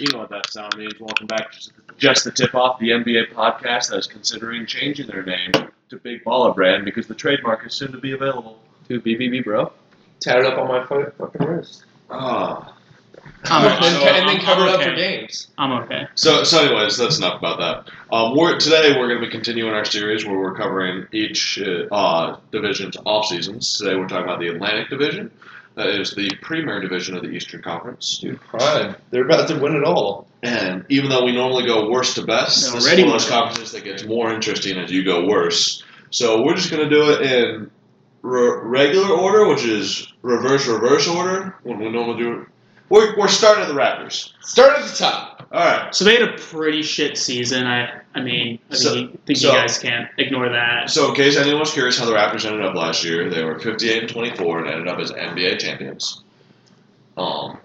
You know what that sound means. Welcome back to Just the Tip Off, the NBA podcast that is considering changing their name to Big Baller Brand because the trademark is soon to be available. Dude, BBB, bro. Tatted up on my fu- fucking wrist. Ah. I'm and, okay. then, so, and then I'm covered up okay. for games. I'm okay. so, so anyways, that's enough about that. Um, we're, today we're going to be continuing our series where we're covering each uh, uh, division's off seasons. Today we're talking about the Atlantic Division. That is the premier division of the Eastern Conference. Dude, prime. They're about to win it all. And even though we normally go worst to best, No, this is ready one of those one. conferences that gets more interesting as you go worse. So we're just going to do it in re- regular order, which is reverse reverse order when we normally do. We're, we're starting at the Raptors. Start at the top. All right. So they had a pretty shit season. I I mean, I think, So- you, think so- you guys can't ignore that. So in case anyone was curious how the Raptors ended up last year, they were 58 and 24 and ended up as NBA champions. Um,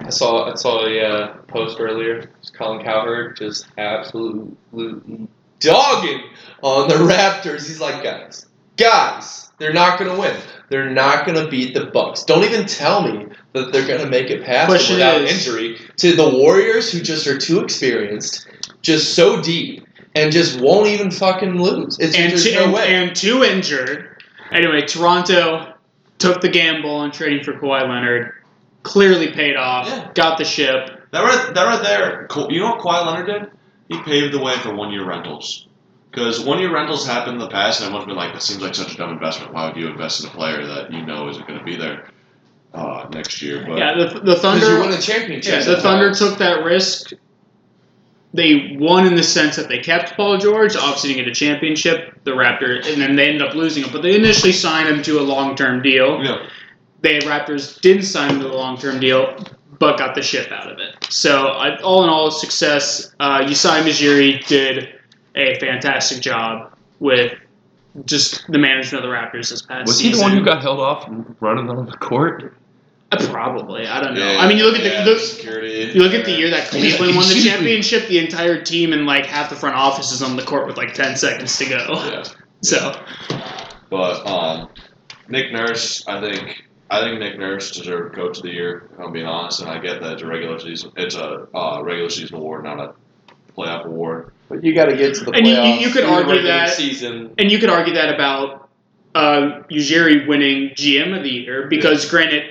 I saw I saw a uh, post earlier. It's Colin Cowherd just absolutely dogging on the Raptors. He's like, guys, guys, they're not gonna win. They're not gonna beat the Bucks. Don't even tell me that they're gonna make it past them Question without is- injury to the Warriors, who just are too experienced, just so deep, and just won't even fucking lose. It's And there's two, no and, way. and two injured. Anyway, Toronto took the gamble on trading for Kawhi Leonard. Clearly paid off. Yeah. Got the ship. That right, that right there. Ka- You know what Kawhi Leonard did? He paved the way for one-year rentals. Because one-year rentals happened in the past, and everyone's been like, "That seems like such a dumb investment. Why would you invest in a player that you know isn't going to be there uh, next year?" But Yeah, the, the Because you Thunder. won a championship. Yeah, the Thunder took that risk. They won in the sense that they kept Paul George, obviously didn't get a championship. The Raptors, and then they ended up losing him. But they initially signed him to a long-term deal. Mm-hmm. you know, They Raptors didn't sign him to the long-term deal, but got the ship out of it. So I, all in all, success. Uh, Usai Majiri did a fantastic job with just the management of the Raptors this past Was he season. the one who got held off and running on the court? Uh, Probably, I don't know. yeah, I mean, you look at yeah, the you look, security. You look at the year that Cleveland won the Excuse me. championship, the entire team and like half the front office is on the court with like 10 seconds to go. Yeah, So, but um, Nick Nurse, I think. I think Nick Nurse deserved Coach of the Year. If I'm being honest, and I get that it's a regular season. It's a uh, regular season award, not a playoff award. But you got to get to the And you- you- playoffs. you could in the argue regular that- season. and you could argue that about uh, Ujiri winning GM of the year because, granted,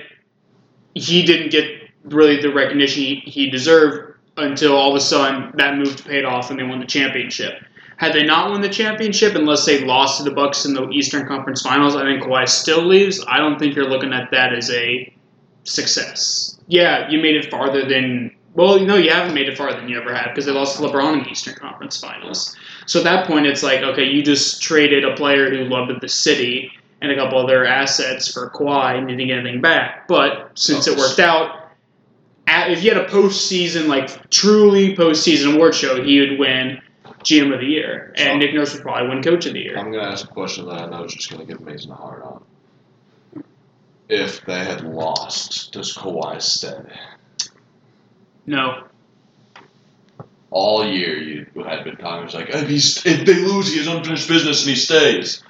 he didn't get really the recognition he, he deserved until all of a sudden that move paid off and they won the championship. Had they not won the championship, unless they lost to the Bucks in the Eastern Conference Finals, I think Kawhi still leaves. I don't think you're looking at that as a success. Yeah, you made it farther than well, no, you haven't made it farther than you ever had because they lost to LeBron in the Eastern Conference Finals. So at that point, it's like okay, you just traded a player who loved the city and a couple other assets for Kawhi, and you didn't get anything back. But since it worked out, at, if you had a postseason like truly postseason award show, he would win GM of the year, and Nick Nurse would probably win Coach of the year. I'm gonna ask a question that I know is just gonna give Mason a hard on. If they had lost, does Kawhi stay? No, All year you had been talking it's like if, he's, if they lose, he has unfinished business and he stays.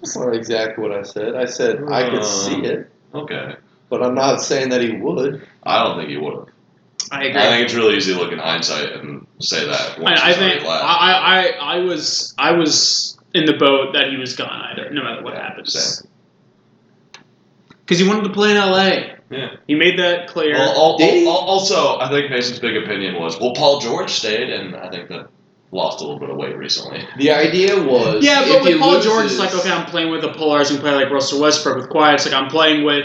That's not exactly what I said. I said I Uh. could see it, Okay, but I'm not saying that he would. I don't think he would. I I agree. think it's really easy to look in hindsight and say that. Once I, I he's think already I, left. I, I, I was I was in the boat that he was gone either, no matter what happens. same. Because he wanted to play in LA. Yeah. He made that clear. Well, al- Did he? al- al- also, I think Mason's big opinion was, well, Paul George stayed, and I think that lost a little bit of weight recently. The idea was yeah, if but with he Paul loses, George, it's like okay, I'm playing with the Polars and play like Russell Westbrook with Quiet. It's like I'm playing with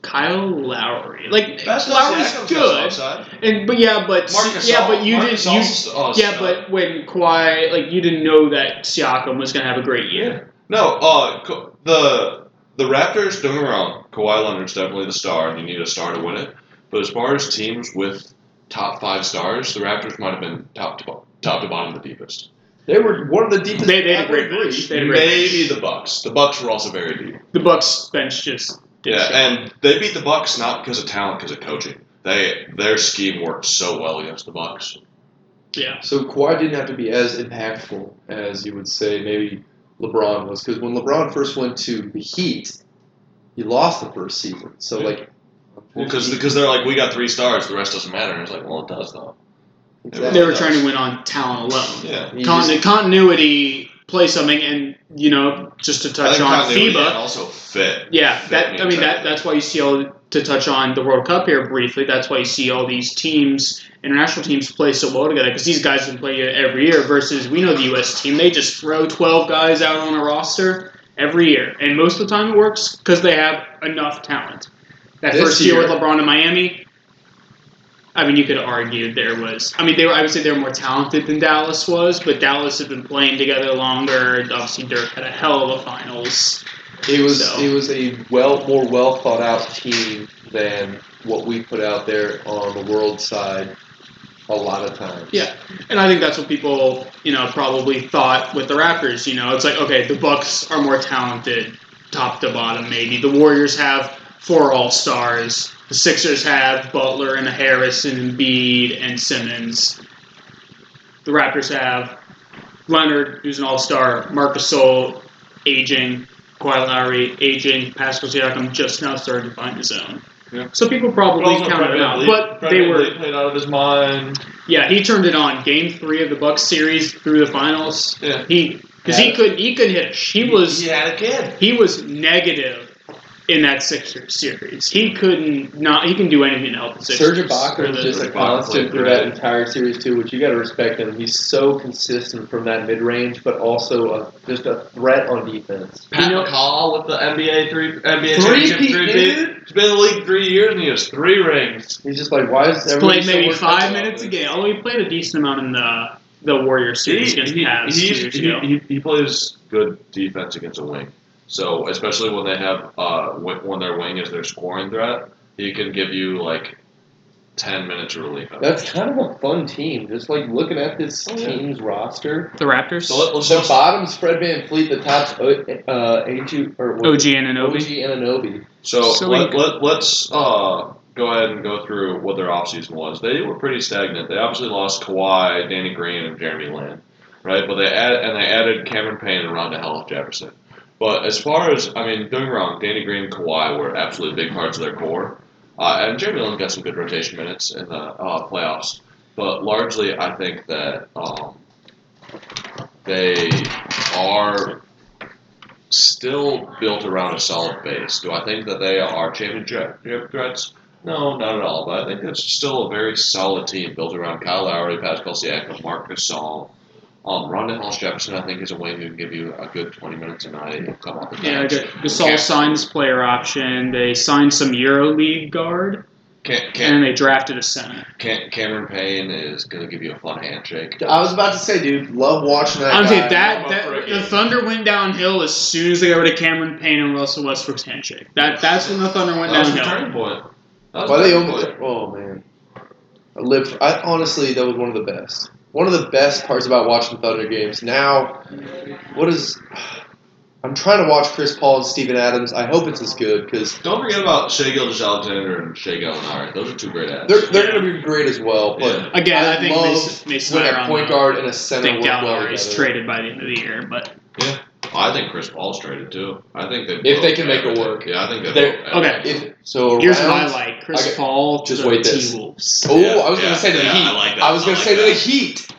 Kyle Lowry. Like Lowry's Siakam's got some good, upside. and but yeah, but Marc yeah, Gasol- but you Marc didn't. Gasol's You, st- oh, yeah, stop. but when Kawhi, like you didn't know that Siakam was gonna have a great year. No, uh, Ka- the the Raptors. Don't get me wrong. Kawhi Leonard's definitely the star, and you need a star to win it. But as far as teams with top five stars, the Raptors might have been top to bo- top to bottom the deepest. they were one of the deepest. They, they had I a great would bench. They had a great Maybe bench. the Bucks. The Bucks were also very deep. The Bucks bench just did Yeah, shit. and they beat the Bucks not because of talent, because of coaching. They their scheme worked so well against the Bucks. yeah. So Kawhi didn't have to be as impactful as you would say maybe LeBron was because when LeBron first went to the Heat, he lost the first season. So Yeah. like Because they're like, we got three stars, the rest doesn't matter. And it's like, well, it does though. They were trying to win on talent alone. Yeah. You Con- just- continuity play something, and you know, just to I touch think on continuity FIBA, and also fit. Yeah, Fit that I mean that exactly. that's why you see all to touch on the World Cup here briefly. That's why you see all these teams, international teams, play so well together because these guys can play every year. Versus we know the U.S. team, they just throw twelve guys out on a roster every year, and most of the time it works because they have enough talent. That This first year, with year- LeBron in Miami, I mean, you could argue there was. I mean, they were. I would say they were more talented than Dallas was, but Dallas had been playing together longer. Obviously, Dirk had a hell of a finals. It was So- it was a well more well thought out team than what we put out there on the world side a lot of times. Yeah. And I think that's what people, you know, probably thought with the Raptors. You know, it's like okay, the Bucks are more talented, top to bottom. Maybe the Warriors have four All Stars. The Sixers have Butler and Harrison and Bede and Simmons. The Raptors have Leonard, who's an All Star, Marcus Sol, aging, Kawhi Lowry, aging, Pascal Siakam just now started to find his own. Yeah. So people probably counted it out, but they were played out of his mind. yeah, he turned it on. Game three of the Bucks series through the finals. Yeah. He because he could he could hit. a sh- He was had a kid. he was negative in that Sixers series. He couldn't not he can do anything to help the Sixers. Serge Ibaka Or was the- just a Serge Ibaka constant played through that great. entire series too, which you got to respect him. He's so consistent from that mid range, but also a, just a threat on defense. Pat You know- McCall with the NBA three NBA Three-peat, championship three-peat. dude. He's been in the league three years and he has three rings. He's just like, why is He's everyone played maybe so five minutes a game. Although he played a decent amount in the the Warriors series he, against he- the Cavs he's- two years he- ago. he- he plays good defense against a wing. So especially when they have uh, when when their wing is their scoring threat, he can give you like ten minutes of relief. That's kind of a fun team. Just like looking at this Oh, yeah. team's roster, The Raptors, so let, us the just bottom's Fred Van Fleet, the top's O- uh, AG or what- OG and Anobi. OG Ananobi. So, So let, we- let, let's uh, go ahead and go through what their offseason was. They were pretty stagnant. They obviously lost Kawhi, Danny Green, and Jeremy Lin, right? But they add, and they added Cameron Payne and Rhonda Hollis Jefferson. But as far as I mean, don't get me wrong, Danny Green and Kawhi were absolutely big parts of their core, uh, and Jeremy Lin got some good rotation minutes in the uh, playoffs. But largely, I think that um, they are still built around a solid base. Do I think that they are championship threats? No, not at all. But I think it's still a very solid team built around Kyle Lowry, Pascal Siakam, Mark Gasol. Um, Rondé Hollis Jefferson, I think, is a wing who can give you a good 20 minutes a night and come off the bench. Yeah, good. Gasol Okay. signed his player option. They signed some EuroLeague guard, Cam- Cam- and they drafted a center. Cam- Cameron Payne is going to give you a fun handshake. I was about to say, dude, love watching that. I'm guy. saying that, I'm up for that it. the Thunder went downhill as soon as they got rid of Cameron Payne and Russell Westbrook's handshake. That that's when the Thunder went That was the downhill. turning point. That was Why the they turning opened point. it? Oh man, I lived. For, I honestly, that was one of the best. One of the best parts about watching Thunder games. Now, what is? I'm trying to watch Chris Paul and Steven Adams. I hope it's as good because Don't forget about Shea Gildas Alexander and Shea Gallinari. Those are two great ads. they're they're going to be great as well. But Again, I I, think love Mason, Mason when and I a are point on the- guard and a I center think work well Gallinari is together. traded by the end of the year, but I think Chris Paul's traded too. I think they If they both can make it average- work. Yeah, I think they They're- both average. If so, here's what I around, like: Chris okay, Paul to just the wait this. T Wolves. Oh, Yeah, I was yeah, going to say to the yeah, Heat. I like that. I was I going like to say to that. the Heat.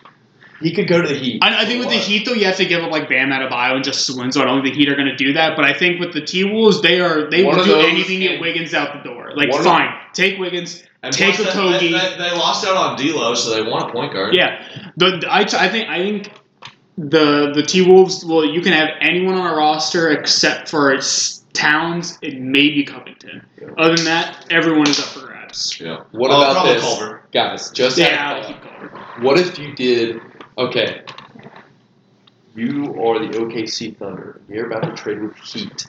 He could go to the Heat. I, I think with the Heat though, you have to give up like Bam Adebayo and Justice Winslow. I don't think the Heat are going to do that, but I think with the T Wolves, they are they One will of do those anything to get and- Wiggins out the door. Like, One of- fine, take Wiggins, And Take plus a they- Kogi. They, they, they lost out on D'Lo, so they want a point guard. Yeah, the the- I, I think I think the the T Wolves. Well, you can have anyone on a roster except for it's Towns and maybe Covington. Other than that, everyone is up for grabs. Yeah. What Well, about probably this, Culver. guys? Just Yeah, out keep going. What if you did? Okay, you are the OKC Thunder. and You're about to trade with Heat,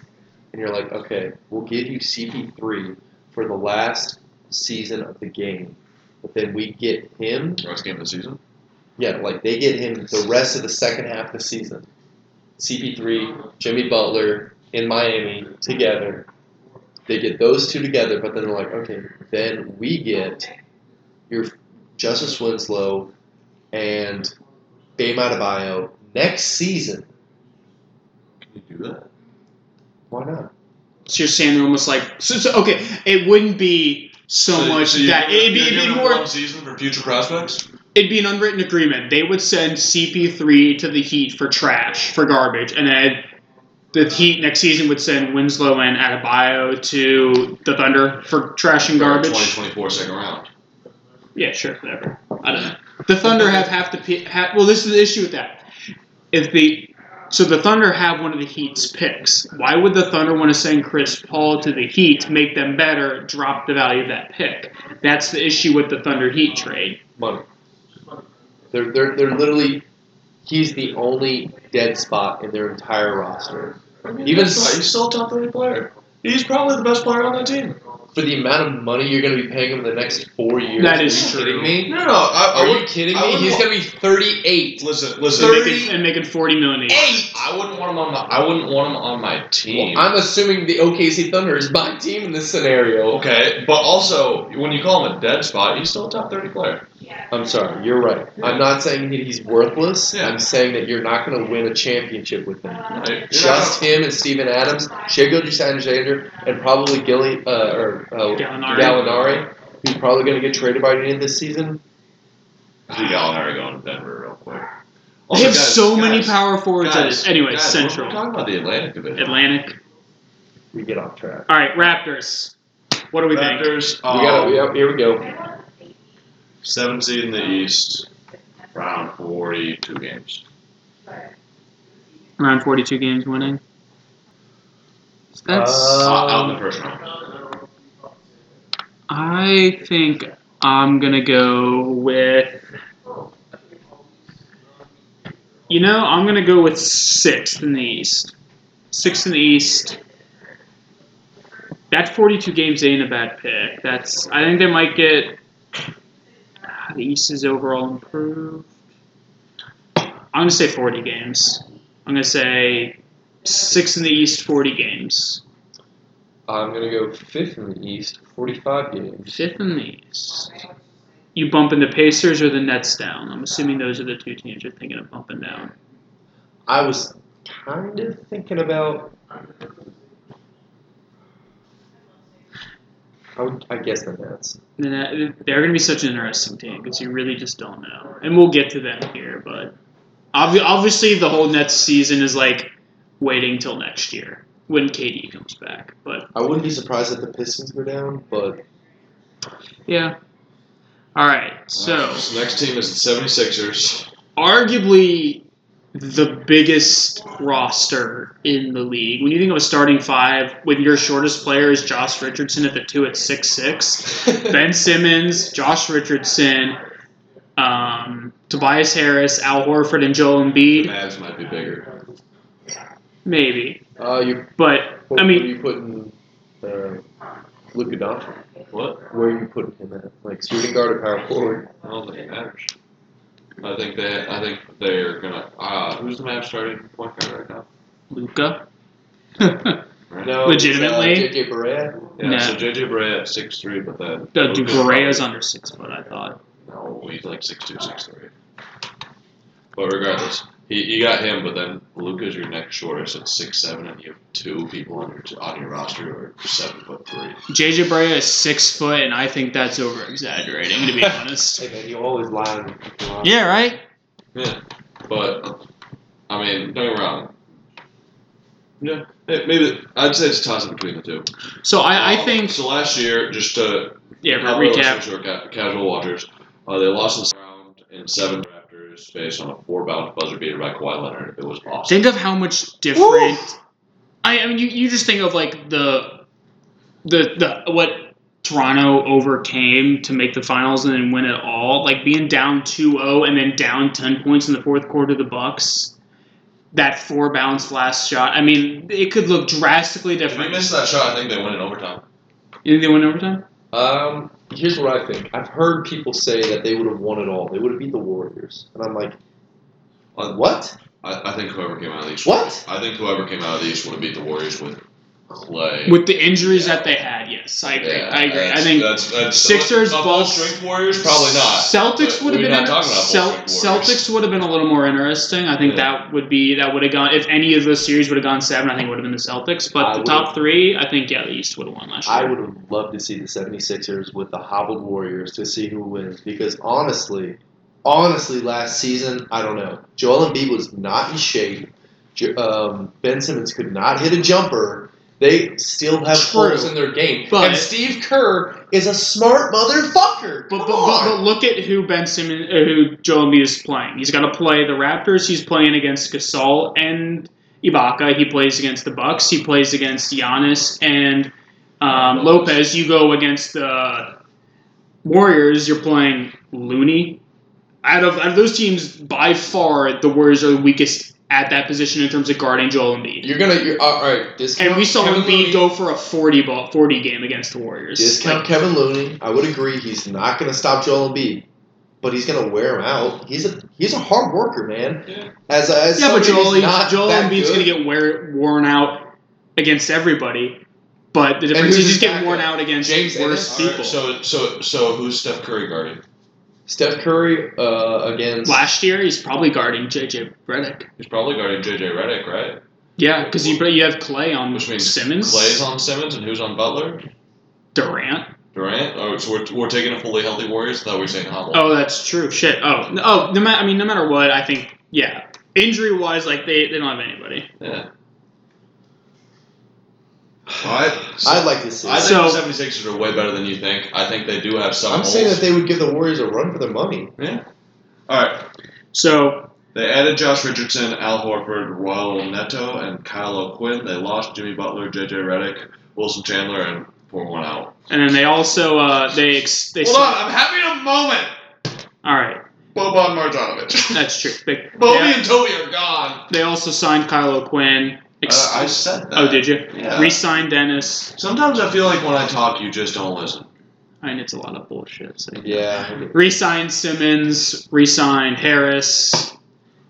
and you're like, okay, we'll give you CP3 for the last season of the game, but then we get him. Last game of the season. Yeah, like they get him the rest of the second half of the season. CP3, Jimmy Butler in Miami together. They get those two together, but then they're like, okay, then we get your Justice Winslow and Bam Adebayo next season. Can you do that? Why not? So you're saying they're almost like so, so- okay. It wouldn't be so, So- much so you're that giving- it'd be, you're it'd be giving more one season for future prospects. it'd be an unwritten agreement. They would send CP3 to the Heat for trash, for garbage, and then the Heat next season would send Winslow and Adebayo to the Thunder for trash and Twenty garbage. twenty four second round. Yeah, sure, whatever. I don't know. The Thunder have half the pi- ha well. This is the issue with that. If the so the Thunder have one of the Heat's picks, why would the Thunder want to send Chris Paul to the Heat, make them better, drop the value of that pick? That's the issue with the Thunder Heat trade. money. They're, they're, they're literally, he's the only dead spot in their entire roster. Even Even so, he's still a top thirty player. He's probably the best player on that team. for the amount of money you're going to be paying him in the next four years. That are is you true. kidding me? No, no. I, I Are you wouldn't- kidding I me? wouldn't He's wa- going to be 38. Listen, listen. And Thirty- making, and making forty million a year. Eight! I wouldn't want him on my. I wouldn't want him on my team. Well, I'm assuming the OKC Thunder is my team in this scenario. okay, but also when you call him a dead spot, he's still a top thirty player. I'm sorry, you're right. I'm not saying that he's worthless. Yeah. I'm saying that you're not going to win a championship with him. Right? You're not Just him and Steven Adams, Shea Gilgis Alexander, and probably Gilly uh, or uh, Gallinari. Gallinari, who's probably going to get traded by the end of this season. gonna- See Gallinari going to Denver real quick. They Also, have guys, so many guys, power forwards. at Guys, it. Anyway, guys, we're- We're Central, talking about the Atlantic division. Atlantic. We get off track. All right, Raptors. What do we think? Raptors. We um, got we, oh, here we go. Seven seed in the East, round forty-two games. Around forty-two games winning. That's. Uh, Uh, out in the first round. I think I'm gonna go with. You know, I'm gonna go with sixth in the East. Sixth in the East. That 42 games ain't a bad pick. That's. I think they might get. Ah, The East is overall improved. I'm gonna say 40 games. I'm gonna say sixth in the East, 40 games. I'm going to go fifth in the East, 45 games. Fifth in the East. You bumping the Pacers or the Nets down? I'm assuming those are the two teams you're thinking of bumping down. I was kind of thinking about. I, would, I guess the Nets. The Net- They're going to be such an interesting team because you really just don't know. And we'll get to them here, but obvi- obviously the whole Nets season is like waiting till next year when KD comes back. But I wouldn't be surprised if the Pistons were down, but yeah. All right. So next team is the 76ers. arguably the biggest roster in the league. When you think of a starting five, when your shortest player is Josh Richardson at the two at six six, Ben Simmons, Josh Richardson, um, Tobias Harris, Al Horford, and Joel The Embiid, Mavs might be bigger. maybe. uh, you But What, I what mean- are you putting uh, Luka Doncic? What? Where are you putting him at? Like shooting guard or power forward? I don't think it matters. I think they. I think they're gonna. Uh, who's the Mavs starting point guard right now? Luca, Right? No, Legitimately? it's, uh, JJ Barrett. Yeah. Nah. So JJ Brea at six three, but then the Luka's Dubraya's under six foot. I thought. No, he's like six two, six three. But regardless, he, you got him. But then Luca's your next shortest at six seven, and you have two people on your on your roster who are seven foot three. JJ Brea is six foot, and I think that's over exaggerating. To be honest. Hey man, you always lie. when you lie. Yeah. Right. Yeah, but I mean, don't get me wrong. Yeah, eh, maybe I'd say it's a toss up between the two. So I, I Uh, think. so. Last year, just to Yeah. Not For really recap. essential ca- casual watchers. Uh, they lost in the round in seven Raptors based on a four bounce buzzer beater by Kawhi Leonard. It was awesome. Think of how much different. I, I mean, you, you just think of like the, the the what Toronto overcame to make the finals and then win it all. Like being down 2-0 and then down ten points in the fourth quarter of the Bucks. That four bounce last shot. I mean, it could look drastically If we different. miss that shot, I think they win in overtime. You think they win overtime? Um, here's what I think. I've heard people say that they would have won it all. They would have beat the Warriors, and I'm like, Uh, what? I, I think whoever came out of the East. What? I think whoever came out of the East would have beat the Warriors with Clay. With the injuries that they had, yes, I agree. Yeah, I agree. I That's- think that's, that's Sixers, a full Bucks- strength Warriors probably not. Celtics but would we're have been not in- talking about Cel- Bulls right, Warriors. Celtics would have been a little more interesting. I think Yeah. that would be that would have gone if any of the series would have gone seven. I think it would have been the Celtics, but I the would- top three, I think yeah, the East would have won last year. I would have loved to see the 76ers with the hobbled Warriors to see who wins because honestly, honestly, last season, I don't know. Joel Embiid was not in shape. J- Um, ben Simmons could not hit a jumper. They still have True. holes in their game. But- and Steve Kerr, is a smart motherfucker. But, Come but, but, on. but look at who Ben Simmons, uh, who Joel Embiid is playing. He's got to play the Raptors. He's playing against Gasol and Ibaka. He plays against the Bucks. He plays against Giannis and um, Lopez. You go against the Warriors. You're playing Looney. Out of, out of those teams, by far the Warriors are the weakest at that position in terms of guarding Joel Embiid. you're gonna. You're, all right, discount. And we saw Kevin Looney. Embiid go for a 40 ball, 40 game against the Warriors. Discount Kevin Looney. I would agree he's not going to stop Joel Embiid, but he's going to wear him out. He's a he's a hard worker, man. Yeah. As, a- as Yeah, but somebody who's Joel, not Joel that Embiid's good- going to get wear, worn out against everybody, but the who's difference is his he's getting worn backup? out against James worse Ennis? All right, so people. so so who's Steph Curry guarding? Steph Curry uh, against Last year, he's probably guarding JJ Redick. He's probably guarding JJ Redick, right? Yeah, because you, you have Clay on Which means Simmons, Clay's on Simmons, and who's on Butler? Durant. Durant. Oh, so we're, we're taking a fully healthy Warriors. I thought we were saying Hobble. Oh, that's true. Shit. Oh, no- oh. No matter. I mean, no matter what, I think yeah. Injury wise, like they, they don't have anybody. Yeah. I, I'd like to see. I it. think So- the 76ers are way better than you think. I think they do have some I'm holes. saying that they would give the Warriors a run for their money. All right. So They added Josh Richardson, Al Horford, Royal Neto, and Kyle O'Quinn. They lost Jimmy Butler, JJ Redick, Wilson Chandler, and pour one out. and then they also uh, they ex- they Hold on, I'm having a moment. all right. Boban Marjanovic, That's true. They, Bobby they, and Toby are gone. they also signed Kylo Quinn. Ex- Uh, I said that. oh, did you? Yeah. Resign Dennis. Sometimes I feel like when I talk, you just don't listen. I mean, it's a lot of bullshit. So. Yeah, Resign Simmons, resign Harris.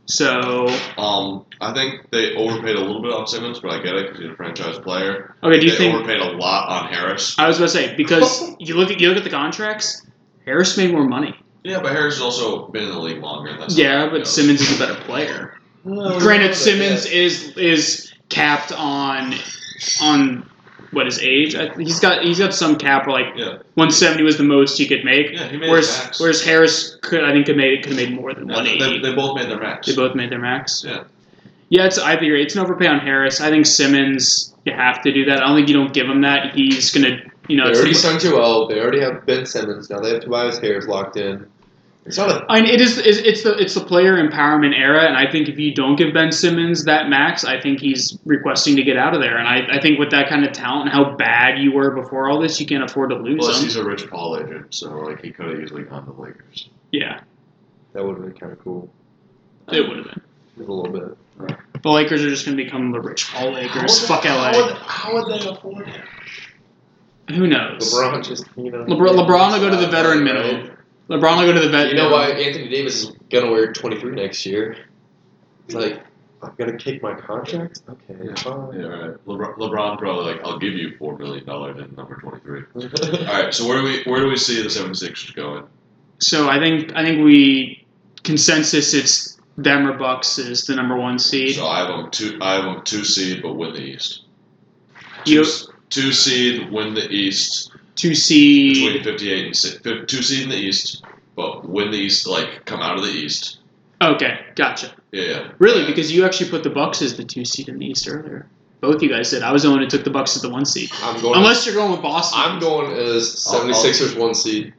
So, Um, I think they overpaid a little bit on Simmons, but I get it because he's a franchise player. okay, do you they think? overpaid a lot on Harris. I was about to say because you look at you look at the contracts. Harris made more money. Yeah, but Harris has also been in the league longer. and That's Oh, how Yeah, it but goes. Simmons is a better player. Granted, Simmons is is capped on on what his age. I- He's got he's got some cap. Like Yeah. 170 was the most he could make. Yeah, he made his Whereas max. whereas Harris could I think could made could have made more than No, they, 180. they- they both made their max. They both made their max. Yeah. Yeah, it's I agree. It's an overpay on Harris. I think Simmons, you have to do that. I don't think you don't give him that. He's gonna, you They know. It's already signed Joel. They already have Ben Simmons. Now they have Tobias Harris locked in. It's not a I mean, it is it's- it's the it's the player empowerment era, and I think if you don't give Ben Simmons that max, I think he's requesting to get out of there. And I, I think with that kind of talent and how bad you were before all this, you can't afford to lose Plus, him. he's a Rich Paul agent, so like he could have easily gone to the Lakers. Yeah, that would have been kind of cool. it would have been. A little bit. The Lakers are just gonna become the rich Paul Lakers. Fuck LA. How would they afford him? Who knows? LeBron just you know. LeBron, LeBron will go to the veteran Right. minimum. LeBron will go to the vet. Uh, You know minimum. why Anthony Davis is gonna wear 23 next year? He's like, I'm gonna kick my contract. Okay, fine. Yeah, right. LeBron, LeBron probably like I'll give you four million dollars in number twenty three. All right, so where do we where do we see the 76ers going? So I think I think we consensus it's them or Bucks is the number one seed. So I have them two. I have them two seed, but win the East. You Two, two seed, win the East two seed. between fifty eight and si- fif- two seed in the East, but win the East. Like come out of the East. Okay, gotcha. Yeah, yeah. Really, Yeah. because you actually put the Bucks as the two seed in the East earlier. Both you guys did. I was the one who took the Bucks as the one seed. I'm going. Unless you're going with Boston. I'm going as 76ers one seed.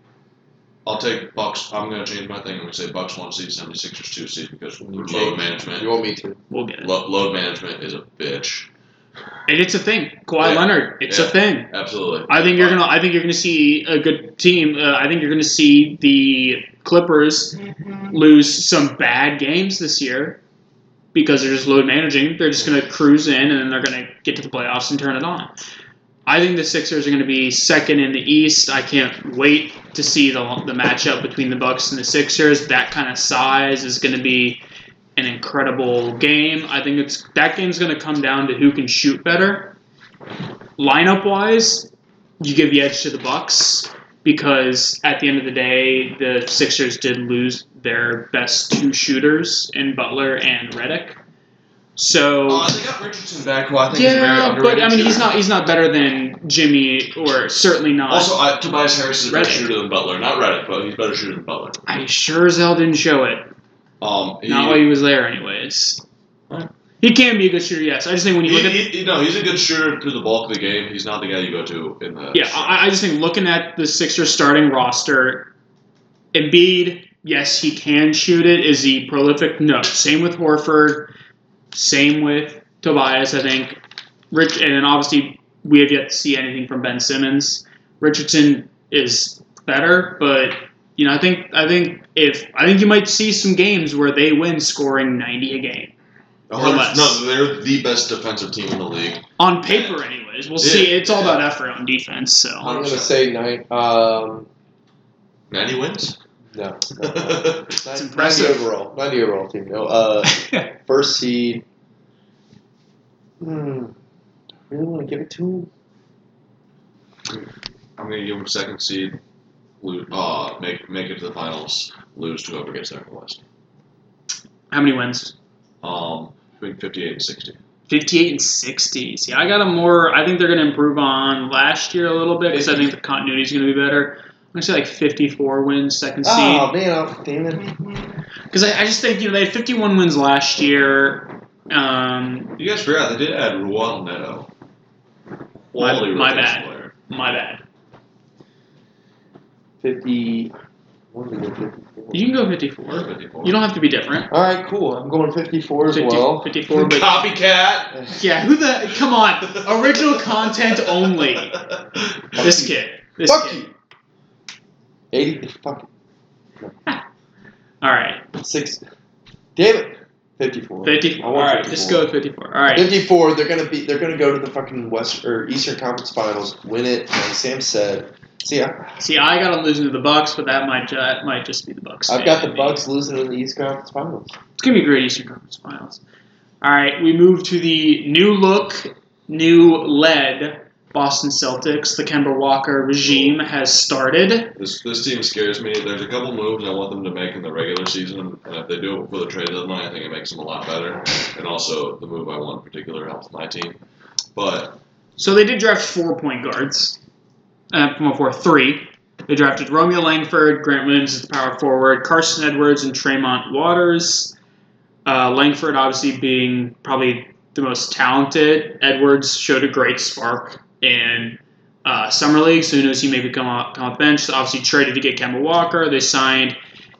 I'll take Bucks. I'm gonna change my thing. I'm gonna say Bucks one seed, 76ers two seed because You load change- You management. want me to? We'll get it. Lo- load management is a bitch. And it's a thing. Kawhi Yeah. Leonard. It's a Yeah. thing. Absolutely. I think you're gonna. I think you're gonna see a good team. Uh, I think you're gonna see the Clippers Mm-hmm. lose some bad games this year because they're just load managing. They're just gonna cruise in and then they're gonna get to the playoffs and turn it on. I think the Sixers are gonna be second in the East. I can't wait to see the the matchup between the Bucks and the Sixers. That kind of size is gonna be an incredible game. I think it's that game's gonna come down to who can shoot better. lineup wise, you give the edge to the Bucks because at the end of the day, the Sixers did lose their best two shooters in Butler and Reddick. So Oh, they got Richardson back, who I think is a very yeah, underrated but I mean he's shooter. not he's not better than Jimmy or certainly not. Also, I, Tobias Harris is a better Reddick. shooter than Butler. Not Reddick, but he's a better shooter than Butler. I sure as hell didn't show it. Um, he, Not while he was there, anyways. Alright. He can be a good shooter, yes. I just think when you he, look at he- no, he's a good shooter through the bulk of the game. He's not the guy you go to in the. yeah, I, I just think looking at the Sixers starting roster, Embiid, yes, he can shoot it. Is he prolific? No. Same with Horford. Same with Tobias. I think Rich, and then obviously we have yet to see anything from Ben Simmons. Richardson is better, but you know, I think I think if I think you might see some games where they win scoring ninety a game Or Or less. No, they're the best defensive team in the league. on paper, anyways. We'll see. It's all about effort on defense, so. I'm going to say nine. Um, Ninety wins. no, no, no. That's That's impressive. overall. 90 overall team. No, uh, first seed. Hmm. do I Really want to give it to him? I'm gonna give him second seed. Lose, uh, make make it to the finals. Lose to whoever gets there in the West. How many wins? Um, between 58 and 60. 58 and 60. See, I got them more. I think they're going to improve on last year a little bit because I think the continuity is going to be better. I'm going to say like 54 wins, second seed. Oh, man. Oh, damn it. Because I, I just think, you know, they had 51 wins last year. Um, You guys forgot they did add Ruel Neto. My- Quality my rotation bad. player. my bad. 50. What did I go 54? You can go 54. You don't have to be different. All right, cool. I'm going 54 as 50 well. 54. But Copycat. yeah, who the? Come on. Original content only. This kid. This Fuck kid. you. 80. Fuck. All right. Six. Damn it. 54. 54. I All want right. Just go with 54. All right. 54. They're gonna be. They're gonna go to the fucking West or Eastern Conference Finals, win it. Like Sam said. See, I, See, I got them losing to the Bucks, but that might that might just be the Bucks. I've got the fan. Bucks losing in the East Conference Finals. It's gonna be a great Eastern Conference Finals. All right, we move to the new look, new led Boston Celtics. The Kemba Walker regime has started. This, this team scares me. There's a couple moves I want them to make in the regular season, and if they do it before the trade deadline, I think it makes them a lot better. And also, the move I want in particular helps my team. But So they did draft four point guards. Uh, well, for three. They drafted Romeo Langford, Grant Williams as the power forward, Carson Edwards, and Tremont Waters. Uh, Langford, obviously, being probably the most talented. Edwards showed a great spark in uh, Summer League, so who knows he may become off, come off the bench. So obviously, traded to get Kemba Walker. They signed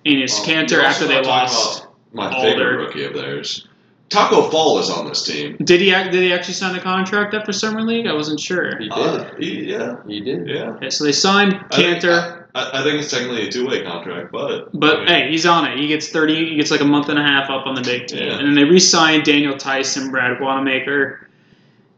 Enes um, Cantor you also after they gotta talk lost. about My Alder. favorite rookie of theirs, Taco Fall, is on this team. Did he, act, did he actually sign a contract after Summer League? I wasn't sure. He did. Uh, he- yeah, he did. yeah. Okay, so they signed I think- Cantor. I, I think it's technically a two-way contract, but But I mean, hey, he's on it. He gets thirty. He gets like a month and a half up on the big team, Yeah. and then they re-signed Daniel Tyson, Brad Wanamaker.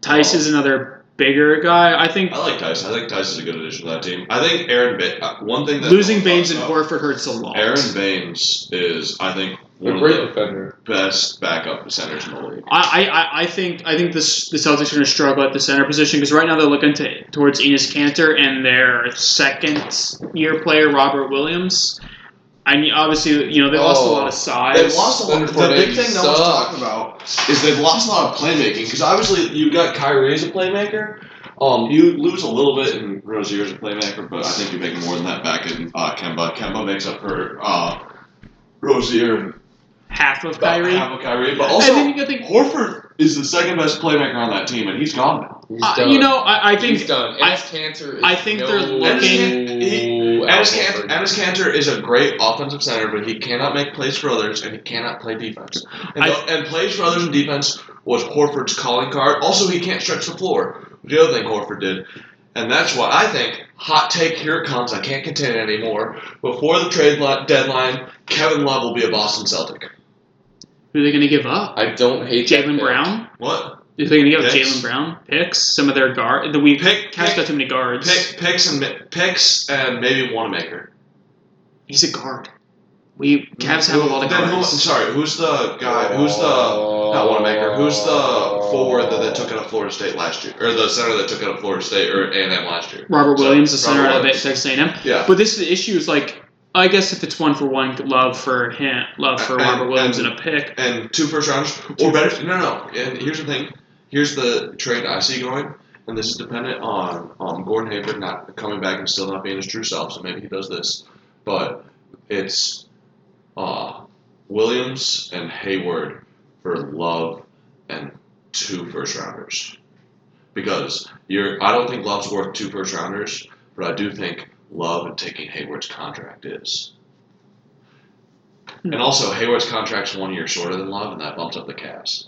Tice is another bigger guy. I think I like Tyson. I think Tyson's a good addition to that team. I think Aaron. Ba- uh, one thing that no one losing Baines talks and about, Horford hurts a lot. Aaron Baines is, I think, A one of great the defender. best backup centers in the league. I, I- I, I think I think this, the Celtics are going to struggle at the center position because right now they're looking to, towards Enos Cantor and their second year player Robert Williams. And you- obviously, you know they lost a Oh, lot of size. They've lost a lot. The Center for big Navy thing no one's sucks. talking about is they've lost a lot of playmaking because obviously you've got Kyrie as a playmaker. Um, you lose a little bit in Rozier as a playmaker, but I think you make more than that back in uh, Kemba. Kemba makes up for uh, Rozier half of about Kyrie. half of Kyrie, but also and then you got the Horford is the second best playmaker on that team, and he's gone now. He's uh, done. you know I, I think He's done. I- Ennis Cantor is I think no they're looking- He- Ooh, Ennis Al Cantor, Horford. Ennis Cantor is a great offensive center, but he cannot make plays for others, and he cannot play defense. And, I- tho- and plays for others in defense was Horford's calling card. Also, he can't stretch the floor. The other thing Horford did, and that's why I think hot take here it comes. I can't contain it anymore. Before the trade li- deadline, Kevin Love will be a Boston Celtic. who are they going to give up? I don't hate that Jalen pick. Brown. What They're going to give up Picks. Jalen Brown picks some of their guard. The we Pick- Cavs pick- got too many guards. pick, picks and mi- picks and maybe Wanamaker. He's a guard. We Cavs have a lot of Then who- guards. sorry, who's the guy? Who's the Oh. Not Wanamaker. Who's the forward that, that took out of Florida State last year, or the center that took out of Florida State or A and M last year? Robert So, Williams, the center Robert out of Williams. Texas A&M. Yeah. But this issue is like, I guess if it's one for one, love for him, love for And- Robert Williams and- and a pick. and two first rounders, or better. No, no. And here's the thing. Here's the trade I see going, and this is dependent on um, Gordon Hayward not coming back and still not being his true self. So maybe he does this, but it's uh, Williams and Hayward for Love and two first rounders, because you're. I don't think Love's worth two first rounders, but I do think Love and taking Hayward's contract is. And also, Hayward's contract's one year shorter than Love, and that bumps up the Cavs.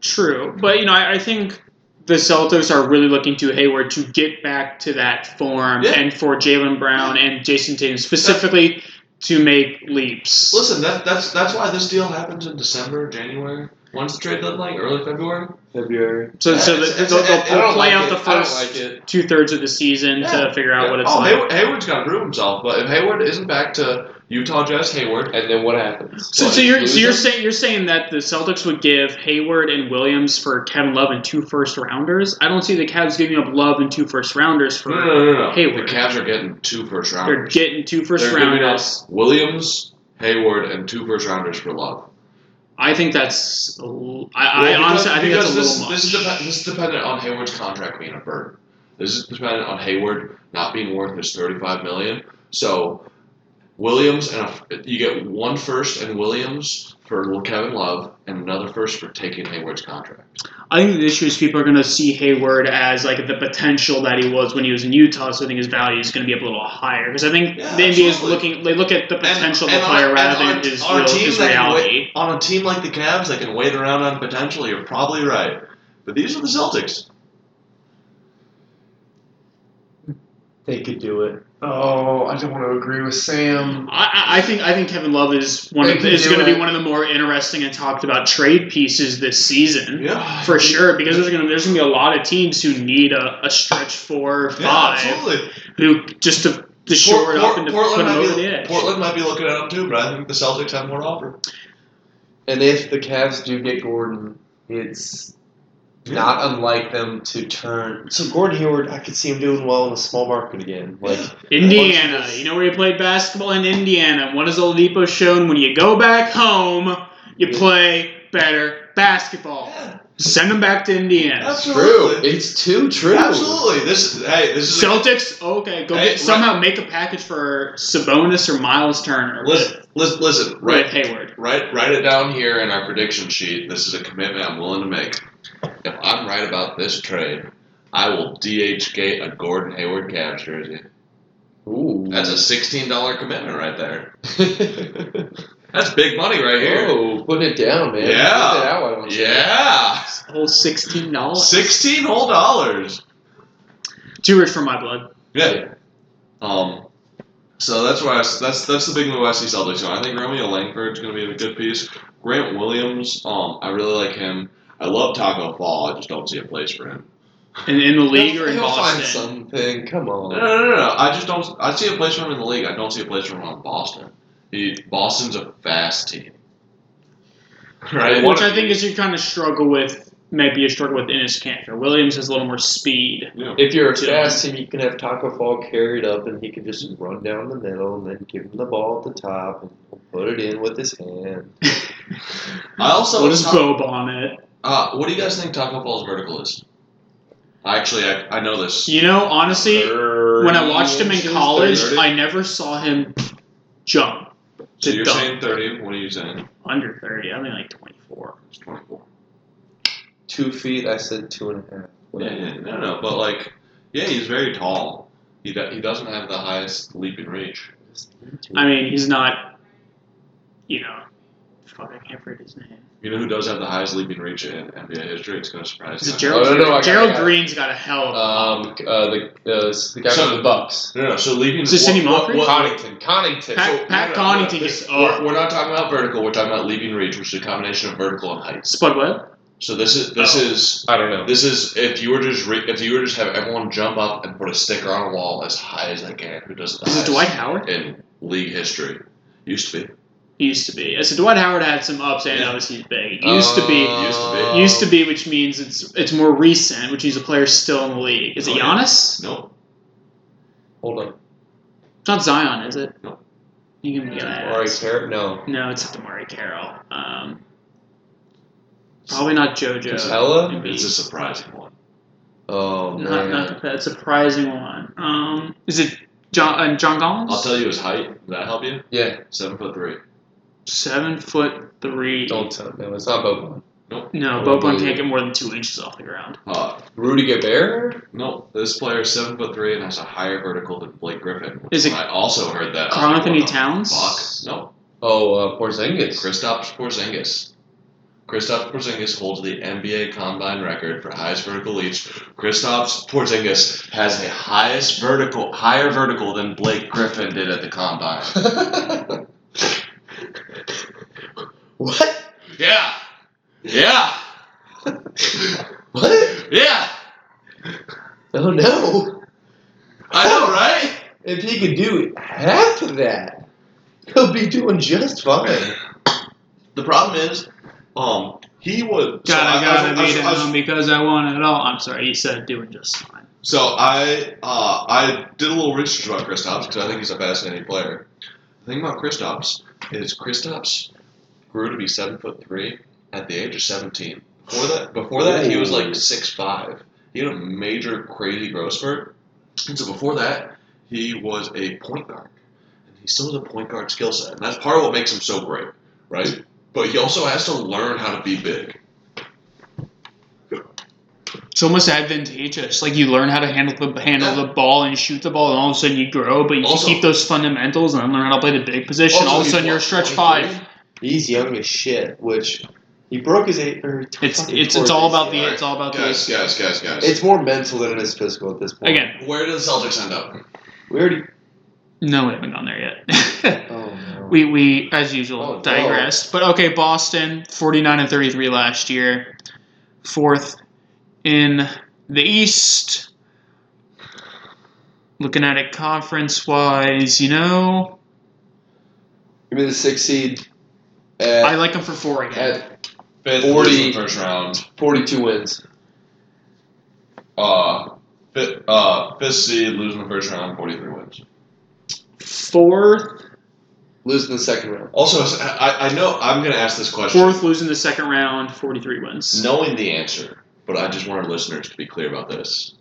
True, but you know, I, I think the Celtics are really looking to Hayward to get back to that form, Yeah. and for Jalen Brown and Jason Tatum specifically to make leaps. Listen, that, that's that's why this deal happens in December, January. When's the trade deadline? Early February. February. so, so it's- they'll, it's- they'll, they'll I don't play like out it. the I don't first like it. two thirds of the season Yeah. to figure out what it's oh, like. Hayward, Hayward's got to prove himself. But if Hayward isn't back to Utah Jazz Hayward, And then what happens? So, What, so you're lose so you're him? saying you're saying that the Celtics would give Hayward and Williams for Kevin Love and two first rounders. I don't see the Cavs giving up Love and two first rounders for. no, no, no, no, no. Hayward. The Cavs are getting two first They're rounders. getting two first They're giving rounders. up Williams, Hayward, and two first rounders for Love. I think that's. a l- I, I Well, because- honestly, I think that's a because little this, much. This is, depe- this is dependent on Hayward's contract being a burden. This is dependent on Hayward not being worth his thirty-five million. So Williams and a, you get one first and Williams for Kevin Love and another first for taking Hayward's contract. I think the issue is people are going to see Hayward as like the potential that he was when he was in Utah. So I think his value is going to be up a little higher because I think Yeah, the NBA is absolutely. looking. They look at the potential and of on- the player and rather on- than his, on a real, team his that can win- reality. On a team like the Cavs, they can wait around on potential. You're probably right, but these are the Celtics. They could do it. Oh, I don't want to agree with Sam. I, I- I think I think Kevin Love is one They of, can is do going to be it. one of the more interesting and talked about trade pieces this season. Yeah, For sure, because there's gonna there's gonna be a lot of teams who need a, a stretch four or yeah, five absolutely. who just to, to shore Port- it Port- up and to Portland put them might over be- the edge. Portland might be looking at him too, but I think the Celtics have more to offer. And if the Cavs do get Gordon, it's not unlike them to turn. So Gordon Hayward, I could see him doing well in a small market again. Like Indiana, Once this- you know where you played basketball in Indiana. What has Oladipo shown? When you go back home, you Yeah. play better basketball. Yeah, Send them back to Indiana. true, absolutely. it's too true. Absolutely. This is hey, this is Celtics, okay, go Hey, get, somehow make a package for Sabonis or Miles Turner. listen, listen, listen, with right. Hayward. Write, write it down here in our prediction sheet. This is a commitment I'm willing to make. If I'm right about this trade, I will DH gate a Gordon Hayward Cavs jersey. Ooh. That's a $16 commitment right there. That's big money right here. Whoa, put it down, man. Yeah. Get it out, I want you. Yeah. Whole sixteen dollars. 16 whole dollars. Too rich for my blood. Yeah. Um. So that's why I, s- that's that's the big move I see Celtics on. I think Romeo Langford's going to be a good piece. Grant Williams, um, I really like him. I love Taco Fall. I just don't see a place for him. In, in the league or in He'll Boston? find something. Come No, on. no, no, no. I just don't. I see a place for him in the league. I don't see a place for him on Boston. He, Boston's a fast team, right? Which I think is you kind of struggle with. Maybe you struggle with Ennis Cantor. Williams has a little more speed. Yeah. If you're a Jim. fast team, you can have Taco Fall carried up, and he can just run down the middle, and then give him the ball at the top, and he'll put it in with his hand. I also We'll just Ta- Bob on it. uh, what do you guys think Taco Fall's vertical is? Actually, I, I know this. You know, honestly, when I watched him in inches, college, 30. I never saw him jump So to you're dunk saying thirty? What are you saying? under thirty. I mean, like twenty-four. It's twenty-four. Two feet, I said two and a half. Yeah, yeah, no, no, but like, yeah, he's very tall. He do- he doesn't have the highest leaping reach. I mean, he's not. You know, fuck, I can't forget his name. You know who does have the highest leaping reach in NBA history? It's gonna surprise Is you. it Gerald? Oh, no, no, I got it, Gerald I got it. Green's got a hell of a. Um, uh, the uh, the guy So- from the Bucks, No, no. So leaping. Is it Sidney what- Moncrief? what- what- Connington, Connington. Pat, Oh, so- Pat no, uh, no, no, Connaughton this- uh, gets We're, up. we're not talking about vertical. We're talking about leaping reach, which is a combination of vertical and height. Spud Webb. So this is this Oh. is I don't know. this is if you were just re- if you were just have everyone jump up and put a sticker on a wall as high as they can. Who does it the Is it highest Dwight Howard? in league history? Used to be. He used to be. So Dwight Howard had some ups and downs. He's big. It used to be. Used to Uh. Um, be. Used to be, which means it's it's more recent, which means the player's still in the league. Is it Oh, yeah. Giannis? Nope. Hold on. It's not Zion, is it? No. You can be Or that. Carrot? No. No, it's not Damari Carroll. Um, probably not JoJo. Capella? It's a surprising one. Oh Not, man. not that surprising one. Um, is it John uh, John Collins? I'll tell you his height. Did that help you? Yeah. Seven foot three. Seven foot three. Don't tell me. It's not Boban. No, Don't Boban move. can't get more than two inches off the ground. Uh, Rudy Gobert? no, this player is seven foot three and has a higher vertical than Blake Griffin. Which Is it when I also heard that. I Carl was like, Anthony what the Towns? Fuck. No. Oh, uh, Porzingis. Kristaps Porzingis. Kristaps Porzingis holds the NBA combine record for highest vertical leaps. Kristaps Porzingis has a highest vertical, higher vertical than Blake Griffin did at the combine. what? Yeah. Yeah. What? Yeah. Oh no! I know, right? If he could do half of that, he'll be doing just fine. The problem is, um, he would. so Gotta I- I was- gotta I was- be I was- down because I want it all. I'm sorry, you said doing just fine. So I uh, I did a little research about Kristaps because I think he's a fascinating player. The thing about Kristaps is Kristaps grew to be seven foot three at the age of seventeen. Before that, before that, he was like six five. He had a major crazy growth spurt, and so before that, he was a point guard, and he still has a point guard skill set, and that's part of what makes him so great, right? But he also has to learn how to be big. It's almost advantageous. Like you learn how to handle the handle the ball and shoot the ball, and all of a sudden you grow, but you Also- keep those fundamentals and learn how to play the big position. Also, all of a he's sudden you're a what, stretch 23? five. He's young as shit, which he broke his eight. Or he It's fucking it's tore his it's all about the ACL. it's all about Guys, the guys, guys, guys. It's more mental than it is physical at this point. again. Where do the Celtics end up? we already. No, we haven't gone there yet. Oh no. we we as usual Oh, no. digressed. But okay, Boston forty nine and thirty three last year, fourth in the East. Looking at it conference wise, you know. Give me the six seed at, I like him for four again. at Fifth 40. lose in the first round. forty-two wins. Uh, fifth, uh, fifth seed losing the first round, forty three wins. Fourth, Losing the second round. Also, I, I know I'm gonna ask this question, fourth losing the second round, forty-three wins. knowing the answer, but I just want our listeners to be clear about this.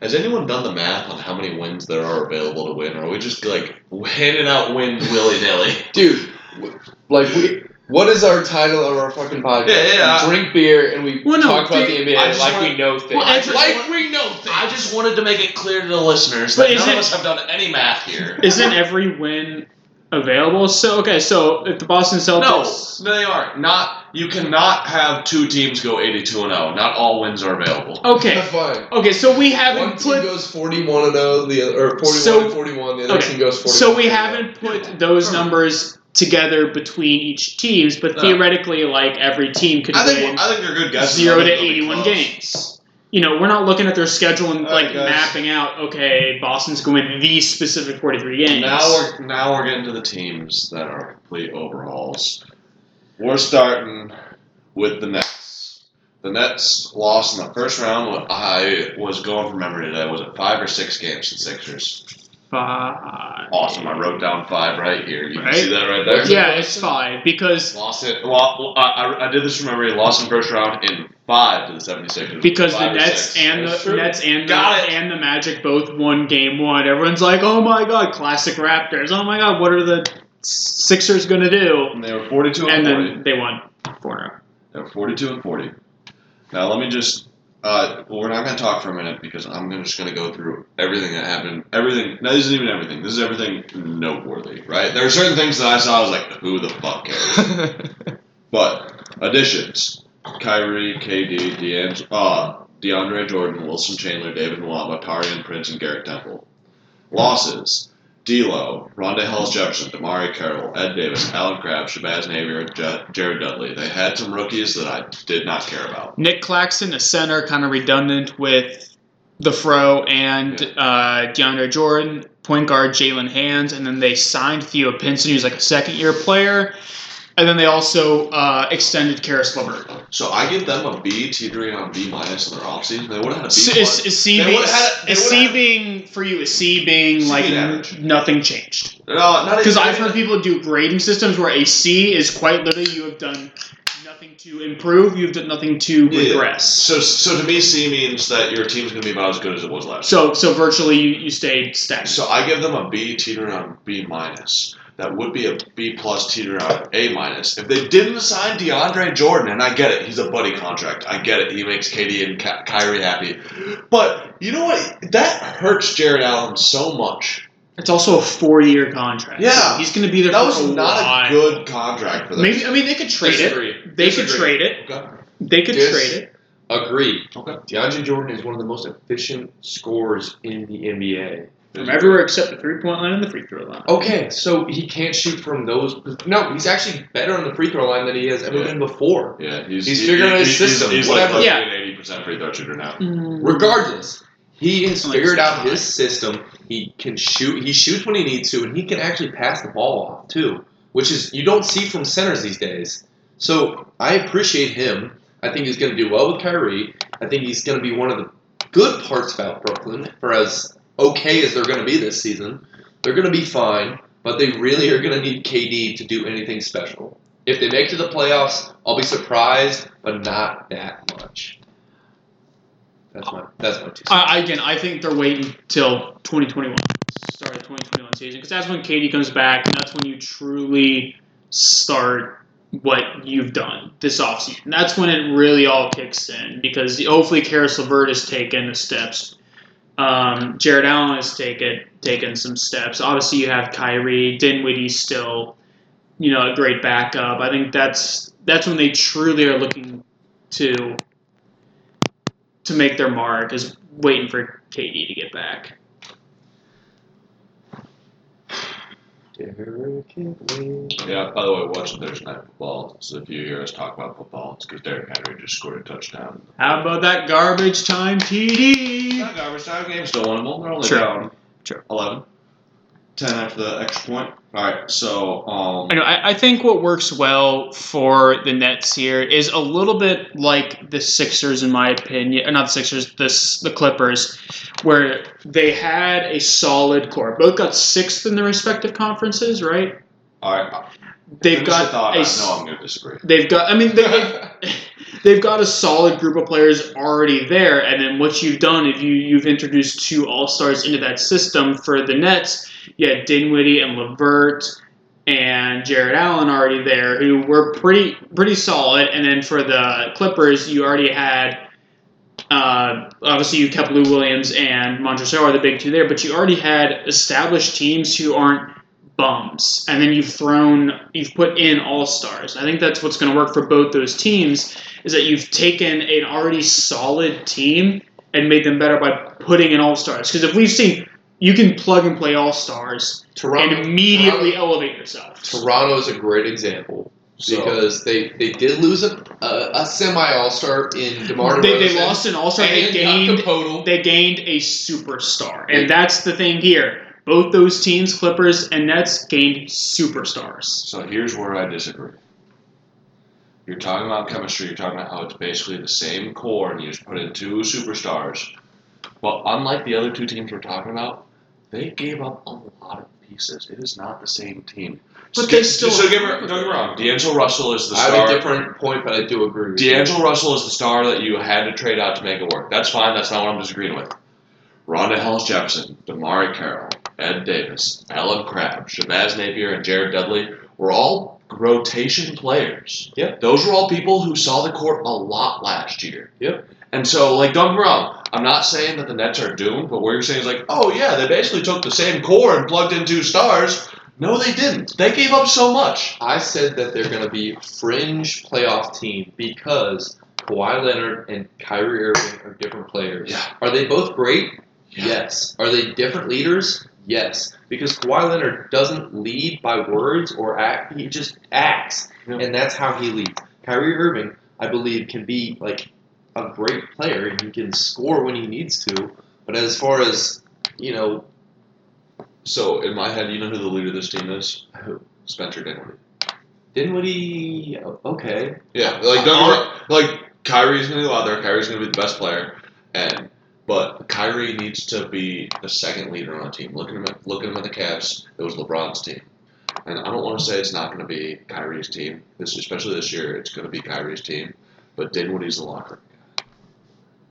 Has anyone done the math on how many wins there are available to win, or are we just like handing out wins willy nilly? Dude, w- like we. What is our title of our fucking podcast? Yeah, yeah, We drink beer and we Well, no, talk about dude, the I NBA just like wanna- we know things. Well, I just like wanna- we know things. I just wanted to make it clear to the listeners But that is none it- of us have done any math here. Isn't every win available? So okay, so if the Boston No, Celtics, no, they are not. You cannot have two teams go eighty-two and zero. Not all wins are available. Yeah, okay, fine. okay, so we One haven't team put, goes 41 and 0, the other, or 41 So- and 41, the other okay. team goes 41. so we haven't put those numbers together between each teams, but No. theoretically, like every team could I win think I think they're good guys. zero to eighty-one games. You know, we're not looking at their schedule and All right, like guys. mapping out. Okay, Boston's going to win these specific forty-three games. Now we're now we're getting to the teams that are complete overhauls. We're starting with the Nets. The Nets lost in the first round. What I was going from memory today was it five or six games to Sixers. five. Awesome. I wrote down five right here. You Right? can see that right there. Yeah, it's five because Lost it. Well, I, I- I did this from memory. Lost in first round in five to the 76ers. because the Five or Nets six. and That's the true. Nets and the, Got it. and the Magic both won game one. Everyone's like, "Oh my god, classic Raptors! Oh my god, what are the Sixers gonna do?" And they were 42 and, And 40. then they won four in a row. They're 42 and 40. Now let me just. Uh, well, we're not going to talk for a minute because I'm gonna, just going to go through everything that happened. Everything. No, this isn't even everything. This is everything noteworthy, right? There are certain things that I saw. I was like, who the fuck cares? but additions: Kyrie, KD, DeAndre, uh, DeAndre Jordan, Wilson Chandler, David Nwaba, Tarian Prince, and Garrett Temple. Losses: D'Lo, Rondé Hollis Jefferson, Damari Carroll, Ed Davis, Alan Crabb, Shabazz Napier, J- Jared Dudley. They had some rookies that I did not care about. Nick Claxton, a center, kind of redundant with the Fro and uh, DeAndre Jordan. point guard Jalen Hands, and then they signed Theo Pinson, who's like a second year player, and then they also uh, extended Karis LeVert. So I give them a B, teetering on B minus in their offseason. They would have had a B So plus. is, is C, They being, would've had- they would've is C had- being for you? Is C being C like being average. nothing changed? No, not Because even- I've heard people do grading systems where a C is quite literally you have done nothing to improve, you've done nothing to Yeah. regress. So, so to me, C means that your team's going to be about as good as it was last. So so virtually you, you stayed stagnant. So I give them a B teetering on B minus. That would be a B plus teetering on A minus. If they didn't sign DeAndre Jordan, and I get it, he's a buddy contract. I get it. He makes KD and Ky- Kyrie happy. But you know what? That hurts Jared Allen so much. It's also a four-year contract. Yeah. So he's going to be there That for was a not while. a good contract for them. Maybe I mean they could trade Disagree. it. They could Disagree. trade it. Okay. They could Dis- trade it. Agreed. Okay. DeAndre Jordan is one of the most efficient scorers in the NBA. From everywhere except the three-point line and the free throw line. Okay, so he can't shoot from those. No, he's actually better on the free throw line than he has ever Yeah. been before. Yeah, he's, He's figuring out his system, He's, whatever. like Yeah. an eighty percent free throw shooter now. Regardless, he has Like, figured out high. his system. He can shoot. He shoots when he needs to, and he can actually pass the ball off too, which is you don't see from centers these days. So I appreciate him. I think he's going to do well with Kyrie. I think he's going to be one of the good parts about Brooklyn. For as okay as they're going to be this season, they're going to be fine. But they really are going to need KD to do anything special. If they make to the playoffs, I'll be surprised, but not that much. That's my that's my two cents. I, again, I think they're waiting till 2021, start of 2021 season, because that's when Katie comes back, and that's when you truly start what you've done this offseason. That's when it really all kicks in, because hopefully Karis LeVert has taken the steps. Um, Jared Allen has taken taken some steps. Obviously, you have Kyrie, Dinwiddie still, you know, a great backup. I think that's that's when they truly are looking to to make their mark is waiting for KD to get back. Yeah. By the way, watching Thursday night football. So if you hear us talk about football, it's because Derrick Henry just scored a touchdown. How about that garbage time TD? Not garbage time games. Still winnable. They're only True. down True. 11. 10 after the extra point. All right. So um. I know. I, I think what works well for the Nets here is a little bit like the Sixers, in my opinion, or not the Sixers, this the Clippers, where they had a solid core. Both got sixth in their respective conferences, right? All right. They've finish got the thought. a I s- know I'm going to disagree. They've got. I mean, they, they've got a solid group of players already there, and then what you've done if you you've introduced two all stars into that system for the Nets. You had Dinwiddie and Levert and Jared Allen already there, who were pretty pretty solid. And then for the Clippers, you already had. Uh, obviously, you kept Lou Williams and Montrezl are the big two there, but you already had established teams who aren't bums and then you've thrown you've put in all stars i think that's what's going to work for both those teams is that you've taken an already solid team and made them better by putting in all stars because if we've seen you can plug and play all stars and Toronto, immediately elevate yourself Toronto is a great example So, because they, they did lose a, a, a semi All Star in Demar Derozan. they, they lost an all star they and gained Capote. they gained a superstar and that's the thing here both those teams clippers and nets gained superstars so here's where I disagree. You're talking about chemistry. You're talking about how it's basically the same core, and you just put in two superstars. But unlike the other two teams we're talking about, they gave up a lot of pieces. It is not the same team. But So they get- still- So get me, don't get me wrong. D'Angelo Russell is the I have a star. different point, but I do agree. With you. D'Angelo Russell is the star that you had to trade out to make it work. That's fine. That's not what I'm disagreeing with. Rhonda Hollis Jefferson, Damari Carroll, Ed Davis, Alan Crabb, Shabazz Napier, and Jared Dudley were all rotation players. Yep. Those were all people who saw the court a lot last year. Yep. And so, like, don't get me wrong. I'm not saying that the Nets are doomed, but what you're saying is like, oh yeah, they basically took the same core and plugged in two stars. No, they didn't. They gave up so much. I said that they're going to be a fringe playoff team because Kawhi Leonard and Kyrie Irving are different players. Yeah. Are they both great? Yeah. Yes. Are they different leaders? Yes. Because Kawhi Leonard doesn't lead by words or act, he just acts. Yeah. And that's how he leads. Kyrie Irving, I believe, can be like a great player and he can score when he needs to. But as far as, you know, So in my head, you know who the leader of this team is? Who? Spencer Dinwiddie. Dinwiddie. oh, Okay. Yeah, like don't worry, like Kyrie's gonna go out there. Kyrie's gonna be the best player, and but Kyrie needs to be the second leader on a team. Look at him. At, look at him at the Cavs. It was LeBron's team, and I don't want to say it's not gonna be Kyrie's team. This especially this year, it's gonna be Kyrie's team. But Dinwiddie's the locker. room.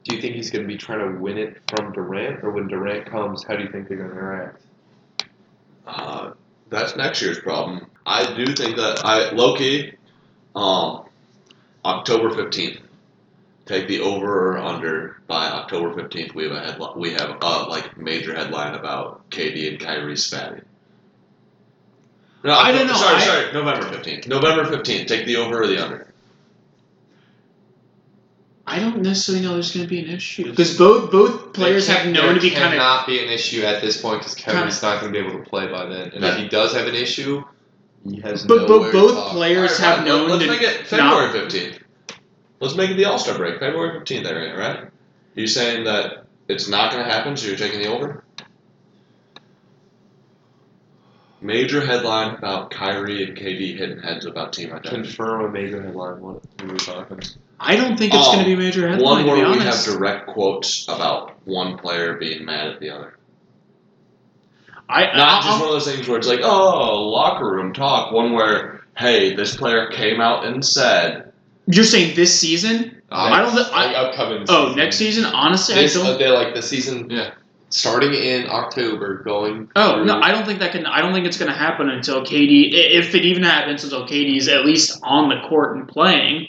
Do you think he's going to be trying to win it from Durant, or when Durant comes, how do you think they're going to interact? Uh, that's next year's problem. I do think that I low key, um, October fifteenth. Take the over or under by October fifteenth. We have a headline. We have a like major headline about KD and Kyrie spatting. No, I don't know. Sorry, I- sorry. November fifteenth. November fifteenth. Take the over or the under. I don't necessarily know there's going to be an issue because both both players There have can't- known there to be kind of cannot be an issue at this point because Kevin's not going to be able to play by then. And if he does have an issue, he has But, nowhere but to both talk. players All right, have let- known Let's to make it February fifteenth. Let's make it the All Star break, February fifteenth. There, right? You saying that it's not going to happen, so you're taking the over? Major headline about Kyrie and KD hitting heads about team identity. Confirm a major headline. What we were talking. I don't think it's Oh, going to be a major headline. One to be where we have honest, direct quotes about one player being mad at the other. I, I- Not just I'll- one of those things where it's like, oh, locker room talk. One where, hey, this player came out and said, you're saying this season? I don't. thi- Like I, upcoming. oh, season. next season. Honestly, This, I uh, don't. they like the season Yeah. starting in October, going. Oh through- no, I don't think that can. I don't think it's going to happen until KD, i- if it even happens until KD's at least on the court and playing.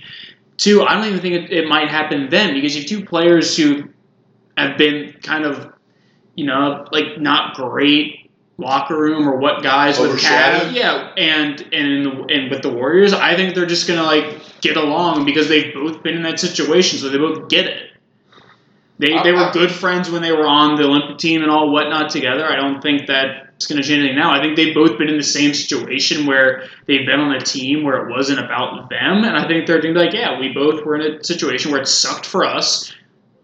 Two, I don't even think it, it might happen then because you have two players who have been kind of, you know, like not great locker room or what guys with Cavs, Overshadowed? yeah, and and in the, and with the Warriors, I think they're just gonna like get along because they've both been in that situation, so they both get it. They, I- they were I- good friends when they were on the Olympic team and all whatnot together. I don't think that it's going to change anything now. I think they've both been in the same situation where they've been on a team where it wasn't about them. And I think they're going to be like, yeah, we both were in a situation where it sucked for us.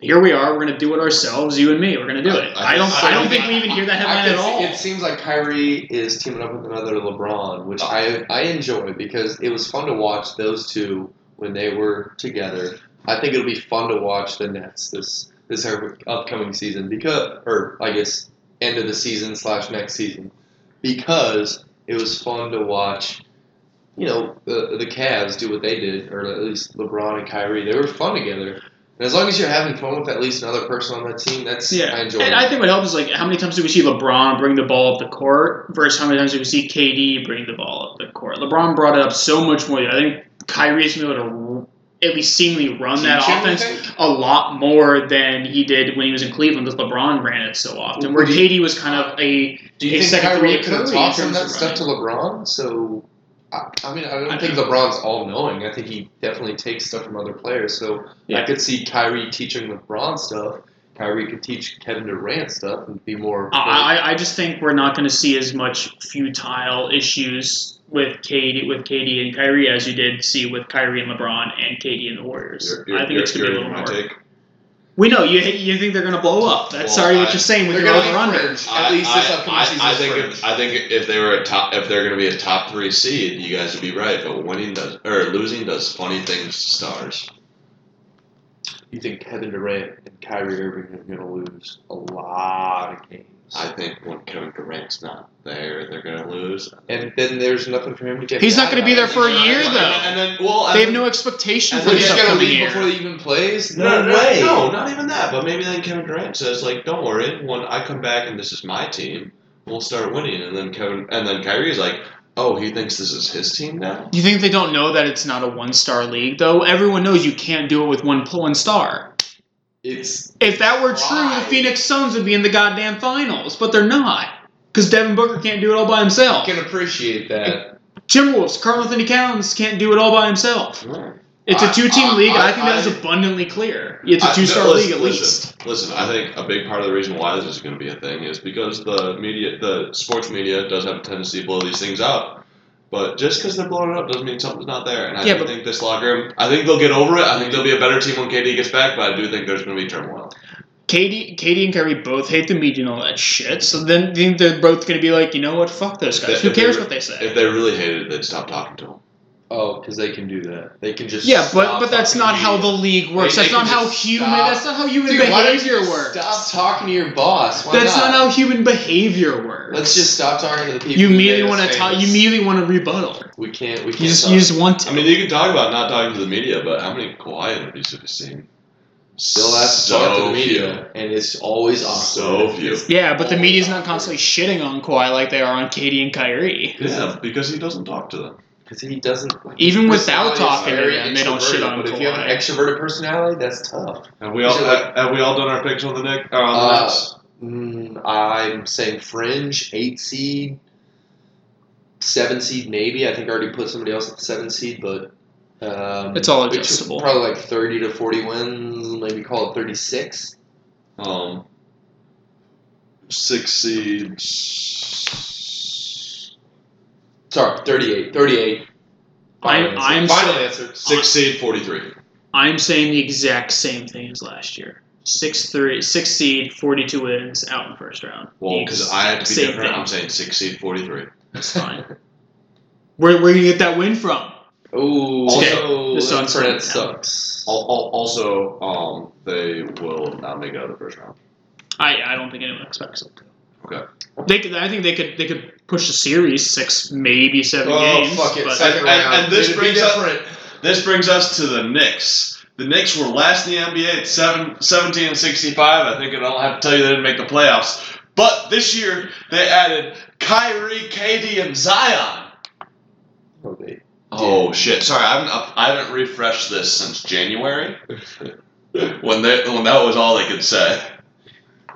Here we are. We're going to do it ourselves, you and me. We're going to do it. I- I I, don't. just- I don't think we even hear that headline at all. It seems like Kyrie is teaming up with another LeBron, Oh. which I I enjoy because it was fun to watch those two when they were together. I think it'll be fun to watch the Nets this this upcoming season because, or I guess, end of the season slash next season because it was fun to watch. You know the the Cavs do what they did, or at least LeBron and Kyrie. They were fun together, and as long as you're having fun with at least another person on that team, that's Yeah, I enjoy. And that. I think what helps is like how many times do we see LeBron bring the ball up the court versus how many times do we see KD bring the ball up the court? LeBron brought it up so much more. I think Kyrie's been able to r- at least seemingly run that Teach him, you offense think? a lot more than he did when he was in Cleveland because LeBron ran it so often. Where Would you- KD was kind of a Do Hey, you think second Kyrie Curry could have in taught some terms of that of stuff to LeBron? So, I, I mean, I don't I think LeBron's all knowing. I think he definitely takes stuff from other players. So Yeah. I could see Kyrie teaching LeBron stuff. Kyrie could teach Kevin Durant stuff and be more. I, I- I just think we're not going to see as much futile issues with KD with KD and Kyrie as you did see with Kyrie and LeBron and KD and the Warriors. you're, you're, I think you're, it's going to be a you're little my more. take. We know you. You think they're gonna blow up? That's Well, already I- what you're saying with they're your gonna over be under. fringe. At least this upcoming I, season. I is think fringe. if, I think if they were a top, if they're going to be a top three seed, you guys would be right. But winning does or losing does funny things to stars. you think Kevin Durant and Kyrie Irving are going to lose a lot of games, I think when Kevin Durant's not there, they're going to lose. and then there's nothing for him to get. He's not mad gonna be about. there for a year, and, though. And then well, They have and- no expectation And for So they're this he's just going to upcoming leave year. before he even plays. No, no, way. no, not even that. But maybe then Kevin Durant says like, "Don't worry, when I come back and this is my team, we'll start winning." And then Kevin and then Kyrie's like, "Oh, he thinks this is his team now." you think they don't know that it's not a one star league though? Everyone knows you can't do it with one pl- one star. It's If that were true, Why? the Phoenix Suns would be in the goddamn finals, but they're not because Devin Booker can't do it all by I himself. can appreciate that. Timberwolves, Carl Anthony Towns can't do it all by himself. It's a Hmm. I- two team I- league. and I, I- think that is I- abundantly clear. It's I- a no, two star listen- league at listen, least. Listen, I think a big part of the reason why this is going to be a thing is because the media, the sports media, does have a tendency to blow these things up. But just because they're blowing it up doesn't mean something's not there. And I Yeah, do but- think this locker room, I think they'll get over it. I think they'll be a better team when KD gets back. But I do think there's going to be turmoil. Katie, Katie, and Kyrie both hate the media and all that shit. So then do you think they're both going to be like, you know what? Fuck those guys. If Who they- cares what they say? If they really hated it, they'd stop talking to him. Oh, because they can do that. They can just Yeah, but stop but that's fucking not how the media. league works. They- That's they not can how just human. stop. That's not how human Dude, why don't you behavior just works. Stop talking to your boss. Why That's not how human behavior works. Let's just stop talking to the people. You who immediately made us want to talk. famous. You immediately want to rebuttal. We can't. We can't. You just talk. you just want to. I mean, you can talk about not talking to the media, but how many Kawhi interviews have you seen? Still has to talk to the few. media, and it's always awkward. So few. yeah, but the Oh, media's not God. constantly shitting on Kawhi like they are on Katie and Kyrie. Yeah, because he doesn't talk to them. because he doesn't. Even his without personality is talking to very them, they don't shit extroverted, on But if you have an Kawhi. extroverted personality, that's tough. Have we all Is it like- have, have we all done our picks on the Nick? Uh, on the Uh, Nets? Mm, I'm saying fringe, eight seed, seven seed, maybe. I think I already put somebody else at the seven seed, but um, It's all which is adjustable. Probably like thirty to forty wins. Maybe call it thirty-six. Um, six seeds. Sorry, 38. 38. I'm- Final I'm answer. Final saying- answer. Six seed forty-three. I'm saying the exact same thing as last year. Six three, six seed, forty two wins, out in first round. Well, because I have to be Same different. thing. I'm saying six seed forty-three. That's fine. where where you get that win from? Ooh, Okay, also, the Suns Fred win now. sucks. Al- al- Also, um, they will not make it out of the first round. I I don't think anyone expects them to. Okay. They could, I think they could they could push the series six maybe seven Oh, games. fuck it. but- Second And- and- round. and this It'd be brings up- different. This brings us to the Knicks. The Knicks were last in the NBA at 7, 17 and 65. I think I don't have to tell you they didn't make the playoffs. But this year, they added Kyrie, KD, and Zion. Oh, they- Oh, shit. Sorry, I haven't, up- I haven't refreshed this since January when, they, when that was all they could say.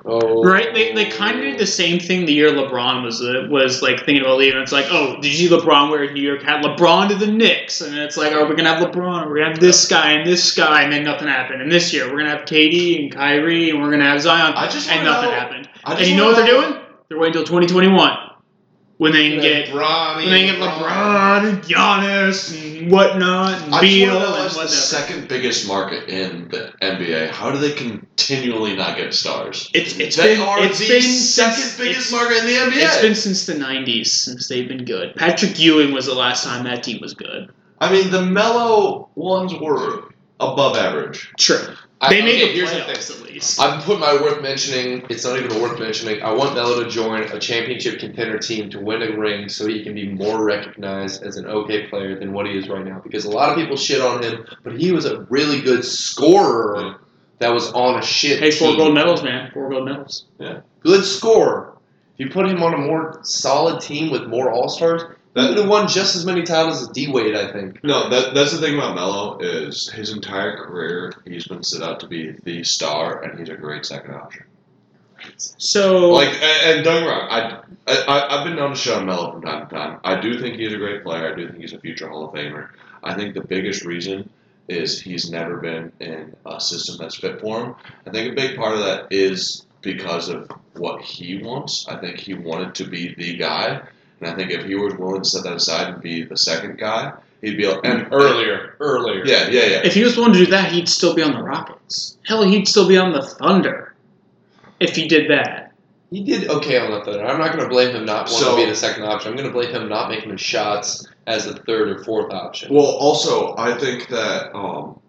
oh. Right, they, they kind of did the same thing the year LeBron was uh, was like thinking about leaving. It's like, oh, did you see LeBron wear a New York hat? LeBron to the Knicks, and it's like, oh, we're gonna have LeBron, we're gonna have this guy and this guy, and then nothing happened. And this year, we're gonna have KD and Kyrie, and we're gonna have Zion, I just and wanna nothing know- happened. I And just you know what wanna they're doing? They're waiting until 2021 when they can get LeBron. when they can get LeBron and Giannis and whatnot, and I just Beal wanna know, and as the whatnot. second biggest market in the NBA, how do they continually not get stars? It's it's they been are it's the been second since- biggest it's- market in the NBA. It's been since the '90s since they've been good. Patrick Ewing was the last time that team was good. I mean, the mellow ones were above average. True, I- they made okay, the here's the playoffs at least. I've put my worth mentioning. It's not even worth mentioning. I want Melo to join a championship contender team to win a ring, so he can be more recognized as an okay player than what he is right now. Because a lot of people shit on him, but he was a really good scorer that was on a shit. Hey, four team. gold medals, man. Four gold medals. Good scorer. If you put him on a more solid team with more All Stars, he That- would have won just as many titles as D Wade. I think. No, that, that's the thing about Melo is his entire career he's been set up to be the star, and he's a great second option. So Like, and, and don't get me wrong, I, I- I I've been known to shit on Melo from time to time. I do think he's a great player. I do think he's a future Hall of Famer. I think the biggest reason is he's never been in a system that's fit for him. I think a big part of that is because of what he wants. I think he wanted to be the guy, and I think if he was willing to set that aside and be the second guy, he'd be able, and Earlier, earlier. Yeah, yeah, yeah. if he was willing to do that, he'd still be on the Rockets. Hell, he'd still be on the Thunder if he did that. He did okay on the third. I'm not going to blame him not wanting So- to be the second option. I'm going to blame him not making the shots as the third or fourth option. Well, also, I think that um,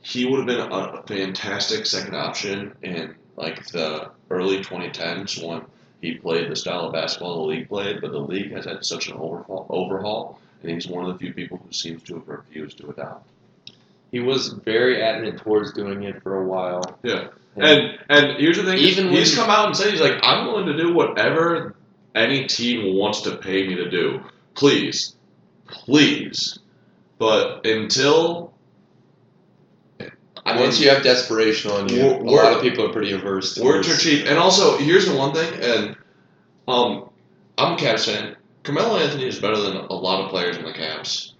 he would have been a fantastic second option in like the early 2010s when he played the style of basketball the league played, but the league has had such an overhaul, overhaul and he's one of the few people who seems to have refused to adopt. He was very adamant towards doing it for a while. Yeah. And and here's the thing: is Even he's when- come out and said he's like, I'm willing to do whatever any team wants to pay me to do. Please, please. But until I once mean, you have desperation on you, We're- a we're- lot of people are pretty averse to Words are this. cheap. And also, here's the one thing, and um, I'm a Cavs fan. Carmelo Anthony is better than a lot of players in the Cavs.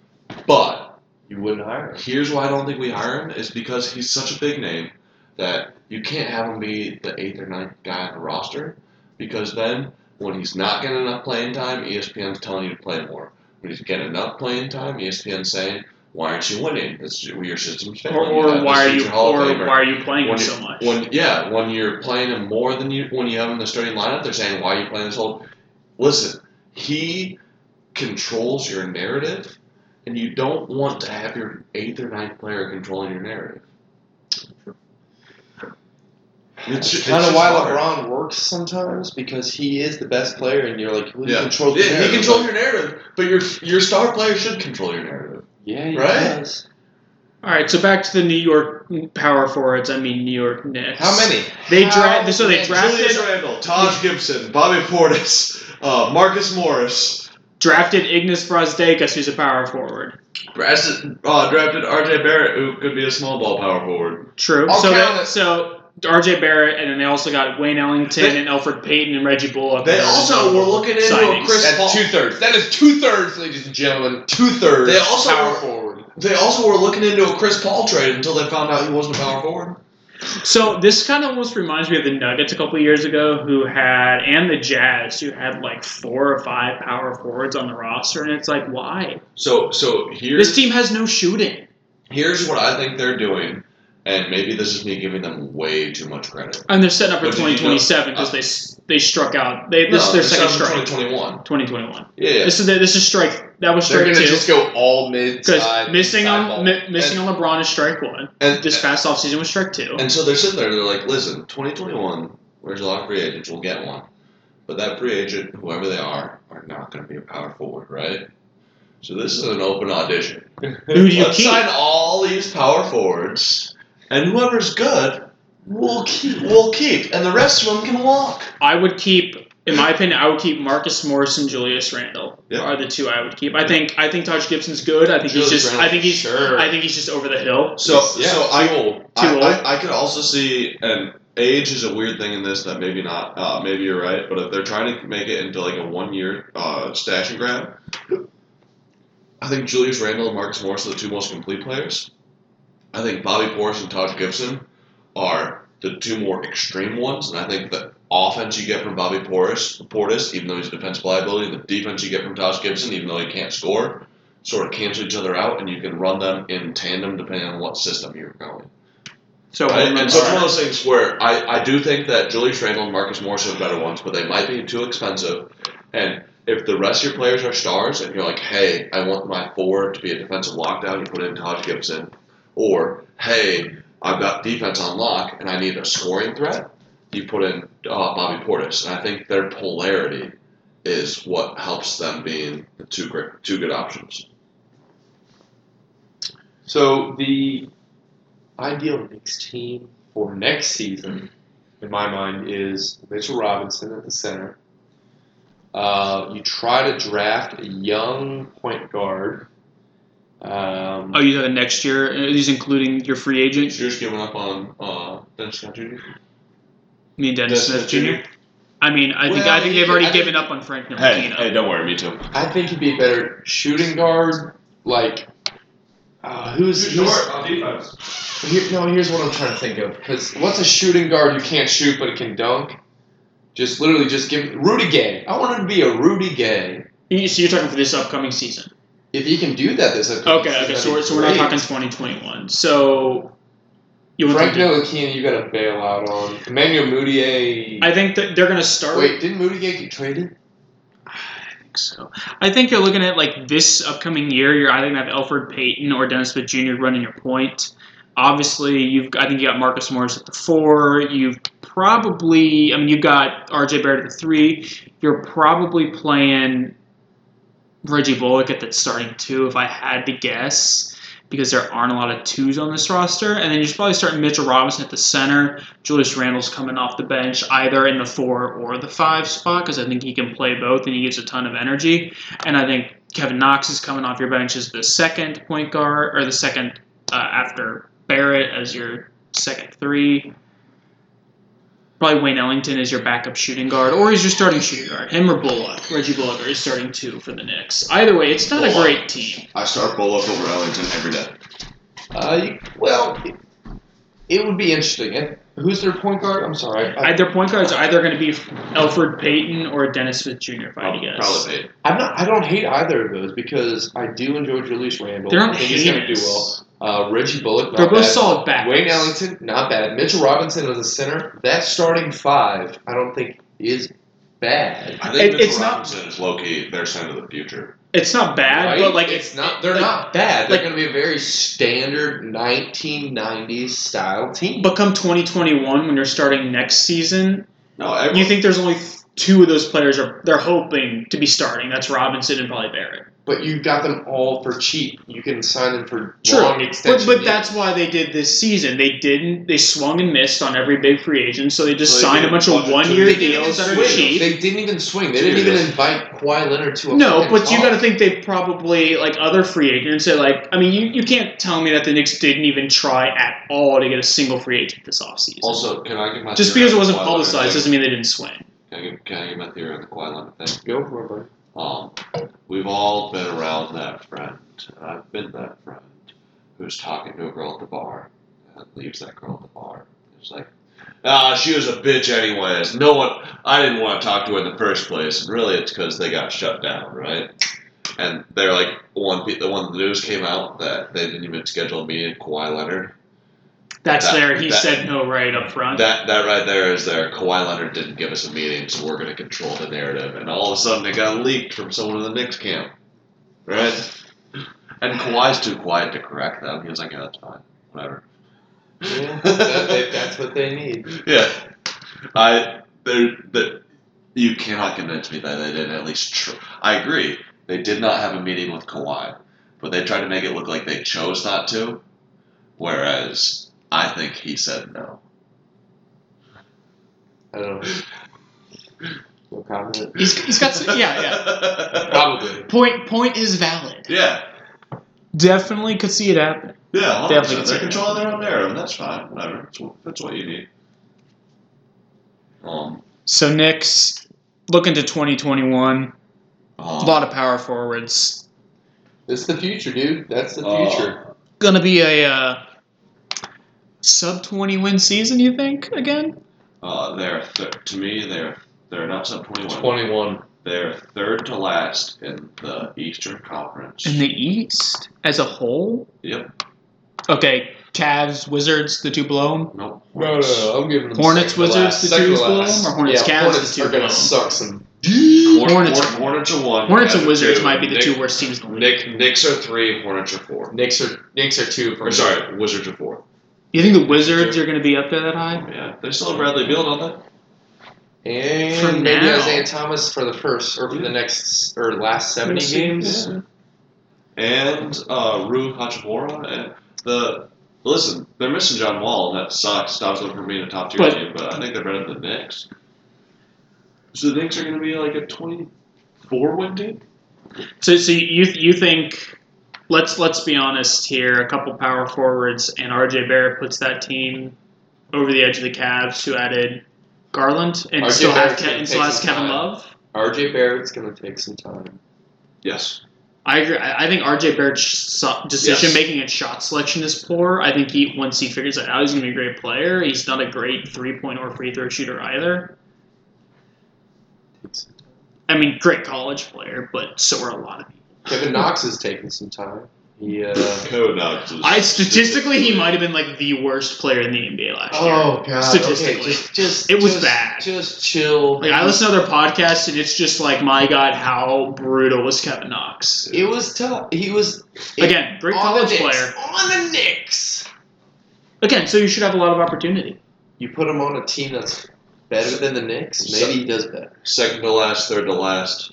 But You wouldn't hire him. here's why I don't think we hire him is because he's such a big name that you can't have him be the eighth or ninth guy on the roster because then when he's not getting E E enough playing time, ESPN's telling you to play more. When he's getting enough playing time, ESPN's saying, why aren't you winning? It's, your system's failing. Or, You have or this why are you future Hall of or Famer. why are you playing When him you- so much? When yeah, when you're playing him more than you when you have him in the starting lineup, they're saying why are you playing this whole. Listen, he controls your narrative, and you don't want to have your eighth or ninth player controlling your narrative. It's, It's it's kind of just why hard. LeBron works sometimes because he is the best player, and you're like, well, Yeah. he controls. the Yeah, he narrative. controls your narrative, but your your star player should control your narrative. Yeah, he Right? does. All right, so back to the New York power forwards. I mean, New York Knicks. How many? They How draft. So they many? drafted Julius Randle, Taj Gibson, Bobby Portis, uh, Marcus Morris. drafted Ignis Frosdakis, who's a power forward. Brass uh, drafted RJ Barrett, who could be a small ball power forward. True. I'll so count they- it. so R.J. Barrett, and then they also got Wayne Ellington They- and Alfred Payton and Reggie Bullock. They They're also were looking into signings. a Chris Paul. That's two thirds. That is two thirds, ladies and gentlemen. Two thirds. They also- power forward. They also were looking into a Chris Paul trade until they found out he wasn't a power forward. So this kind of almost reminds me of the Nuggets a couple years ago, who had and the Jazz, who had like four or five power forwards on the roster, and it's like, why? So, so here's This team has no shooting. here's what I think they're doing, and maybe this is me giving them way too much credit. And they're setting up for But did you know- uh, 2027 because they s- they struck out. They this is their second strike. Twenty twenty one. 2021. Yeah, This is the, this is strike. That was They're strike gonna two. just go all mid Because side. missing side on ball. mi- missing on LeBron is strike one. and This past offseason was strike two. And so they're sitting there, they're like, listen, 2021, where's a lot of free agents? We'll get one. But that free agent, whoever they are, are not going to be a power forward, right? So this is an open audition. Who do you Let's keep? sign all these power forwards, and whoever's good, we'll keep. We'll keep, and the rest of them can walk. I would keep, in my opinion, I would keep Marcus Morris and Julius Randle Yeah. are the two I would keep. I think I think Taj Gibson's good. I think Julius he's just Randle, I think he's sure. I think he's just over the hill. So, Yeah, so I, old. Too I, old. I, I could also see, and age is a weird thing in this that maybe not, uh, maybe you're right, but if they're trying to make it into like a one year uh, stash and grab, I think Julius Randle and Marcus Morris are the two most complete players. I think Bobby Portis and Taj Gibson are the two more extreme ones, and I think the offense you get from Bobby Portis, Portis even though he's a defensive liability, and the defense you get from Taj Gibson, even though he can't score, sort of cancel each other out, and you can run them in tandem depending on what system you're going. So Right, one And so it's one of runner. those things where I, I do think that Julius Randle and Marcus Morris are better ones, but they might be too expensive. And if the rest of your players are stars and you're like, hey, I want my four to be a defensive lockdown, you put in Taj Gibson. Or, hey, I've got defense on lock and I need a scoring threat, you put in uh, Bobby Portis. And I think their polarity is what helps them being the two, great, two good options. So the Ideal Knicks team. for next season, in my mind, is Mitchell Robinson at the center. Uh, you try to draft a young point guard. Um, Oh, you have the next year. Are these including your free agent, You're just giving up on uh, Dennis Scott Jr.? me and Dennis Smith Jr. I mean, I think Well, I think they've you- already I given think- up on Frank Ntilikina. don't worry, me too. I think he'd be a better shooting guard. Like, uh, who's, who's on defense. Here, no, here's what I'm trying to think of. Because what's a shooting guard who can't shoot but can dunk? Just literally, just give Rudy Gay. I want him to be a Rudy Gay. You- So you're talking for this upcoming season. If he can do that, this Okay, okay. So we're, so we're not talking 2021. So you want Frank them to- Ntilikina, you got to bail out on Emmanuel Mudiay. I think that they're going to start. Wait, didn't Mudiay get traded? think so. I think you're looking at like this upcoming year. You're either gonna have Alfred Payton or Dennis Smith Jr. running your point. Obviously, you've I think you got Marcus Morris at the four. You've probably I mean you got R.J. Barrett at the three. You're probably playing Reggie Bullock at the starting two, if I had to guess. Because there aren't a lot of twos on this roster, and then you're probably starting Mitchell Robinson at the center. Julius Randle's coming off the bench either in the four or the five spot because I think he can play both and he gives a ton of energy. And I think Kevin Knox is coming off your bench as the second point guard or the second uh, after Barrett as your second three. Probably Wayne Ellington is your backup shooting guard or is your starting shooting guard. Him or Bullock. Reggie Bullock are your starting two for the Knicks. Either way, it's not a Bullock. great team. I start Bullock over Ellington every day. Uh, you, well, It would be interesting. And who's their point guard? I'm sorry. I, I, their point guards are either going to be Alfred Payton or Dennis Smith Jr. If I had to Probably, guess. probably eight. I'm not. I don't hate either of those because I do enjoy Julius Randle. They're not I think he's going to do haters. well. Uh, Reggie Bullock. Not They're both bad. solid backups. Wayne Ellington, not bad. Mitchell Robinson as a center. That starting five, I don't think is bad. I think It- Mitchell it's not- Robinson is low key their center of the future. It's not bad, right? but like it's, it's not. They're like- not bad. They're like- going to be a very standard 1990s style team. but come 2021 when you're starting next season, No, everyone, you think there's only th- two of those players are they're hoping to be starting. That's Robinson and probably Barrett. But you got them all for cheap. You can sign them for True. long But, extension. but that's why they did this season. They didn't. They swung and missed on every big free agent, so they just So they signed did a bunch a bunch of of- one-year Your They didn't, even deals that swing. are cheap. they didn't even swing. They didn't even Cheers. invite Kawhi Leonard to a No, fucking but you talk. got to think they probably like other free agents. That like, I mean, you, you can't tell me that the Knicks didn't even try at all to get a single free agent this offseason. also, can I give my Just theory because it on the wasn't Kawhi Leonard publicized thing? doesn't mean they didn't swing. Can I give, can I give my theory on the Kawhi Leonard thing? Go for it, buddy. Um, we've all been around that friend, and I've been that friend who's talking to a girl at the bar and leaves that girl at the bar. It's like, ah, she was a bitch anyways. No one, I didn't want to talk to her in the first place, and really it's because they got shut down, right? And they're like, one, pe- the one the news came out that they didn't even schedule a meeting. Kawhi Leonard. That's That- there. He that- said no right up front. That that right there is their Kawhi Leonard didn't give us a meeting, so we're going to control the narrative. And all of a sudden, it got leaked from someone in the Knicks camp, right? And Kawhi's too quiet to correct them. He was like, "Yeah, that's fine, whatever." Yeah, that- that- that's what they need. Yeah, I there that you cannot convince me that they didn't at least. Tr- I agree, they did not have a meeting with Kawhi, but they tried to make it look like they chose not to, whereas I think he said no. I don't know. No comment. he's, he's got some, yeah yeah. yeah. Probably. Point point is valid. Yeah, Definitely could see it happen. yeah, Definitely 100%. They're consider- controlling their own narrative. That's fine. Whatever. That's what, that's what you need. Um, So Knicks look into 2021. A um, lot of power forwards. It's the future, dude. That's the uh, future. Gonna be a uh, sub 20 win season. You think again? Uh, they're th- to me they're they're not sub twenty one. 21. They're third to last in the Eastern Conference. In the East as a whole? Yep. Okay, Cavs, Wizards, the two below 'em? No. No, no, no. I'm giving them Hornets, second to Wizards, last. the Second twos to below last. them, or Hornets, Cavs, yeah, Hornets the two are going below to them? suck some. Horn- Hornets- Horn- Hornets are one. Hornets Cavs and are Wizards two. might be the Knick- two worst teams in the league. Knick, Knicks are three. Hornets are four. Knicks are Knicks are two for Or me. sorry, Wizards are four. You think the Wizards are going to be up there that high? Yeah, they still have Bradley Beal, don't And For maybe now. Isaiah And Thomas for the first or for the next or last they? 70 games. And uh, Rui Hachimura and the listen, they're missing John Wall. and That sucks. Stops them from being a top tier But- team. But I think they're better than the Knicks. So the Knicks are going to be like a twenty four win team. So, so you you think? Let's let's be honest here. A couple power forwards and RJ Barrett puts that team over the edge of the Cavs, who added Garland and RJ still have Barrett's Ke- gonna and still take has some Kevin time. Love. RJ Barrett's gonna take some time. Yes. I agree. I I think RJ Barrett's decision making and shot selection is poor. I think he once he figures that out, he's going to be a great player. He's not a great three point or free throw shooter either. I mean, great college player, but so are a lot of people. Kevin Knox is taking some time. He uh, Code Knox is- I statistically, he might have been like the worst player in the NBA last year. oh god, Statistically. okay, just, just It was just- bad. Just chill. Like I listen to other podcasts, and it's just like, my God, how brutal was Kevin Knox? It was tough. He was It- Again, great on the college Knicks. player. on the Knicks. Again, so you should have a lot of opportunity. You put him on a team that's better than the Knicks. Maybe So- he does better. second to last, third to last.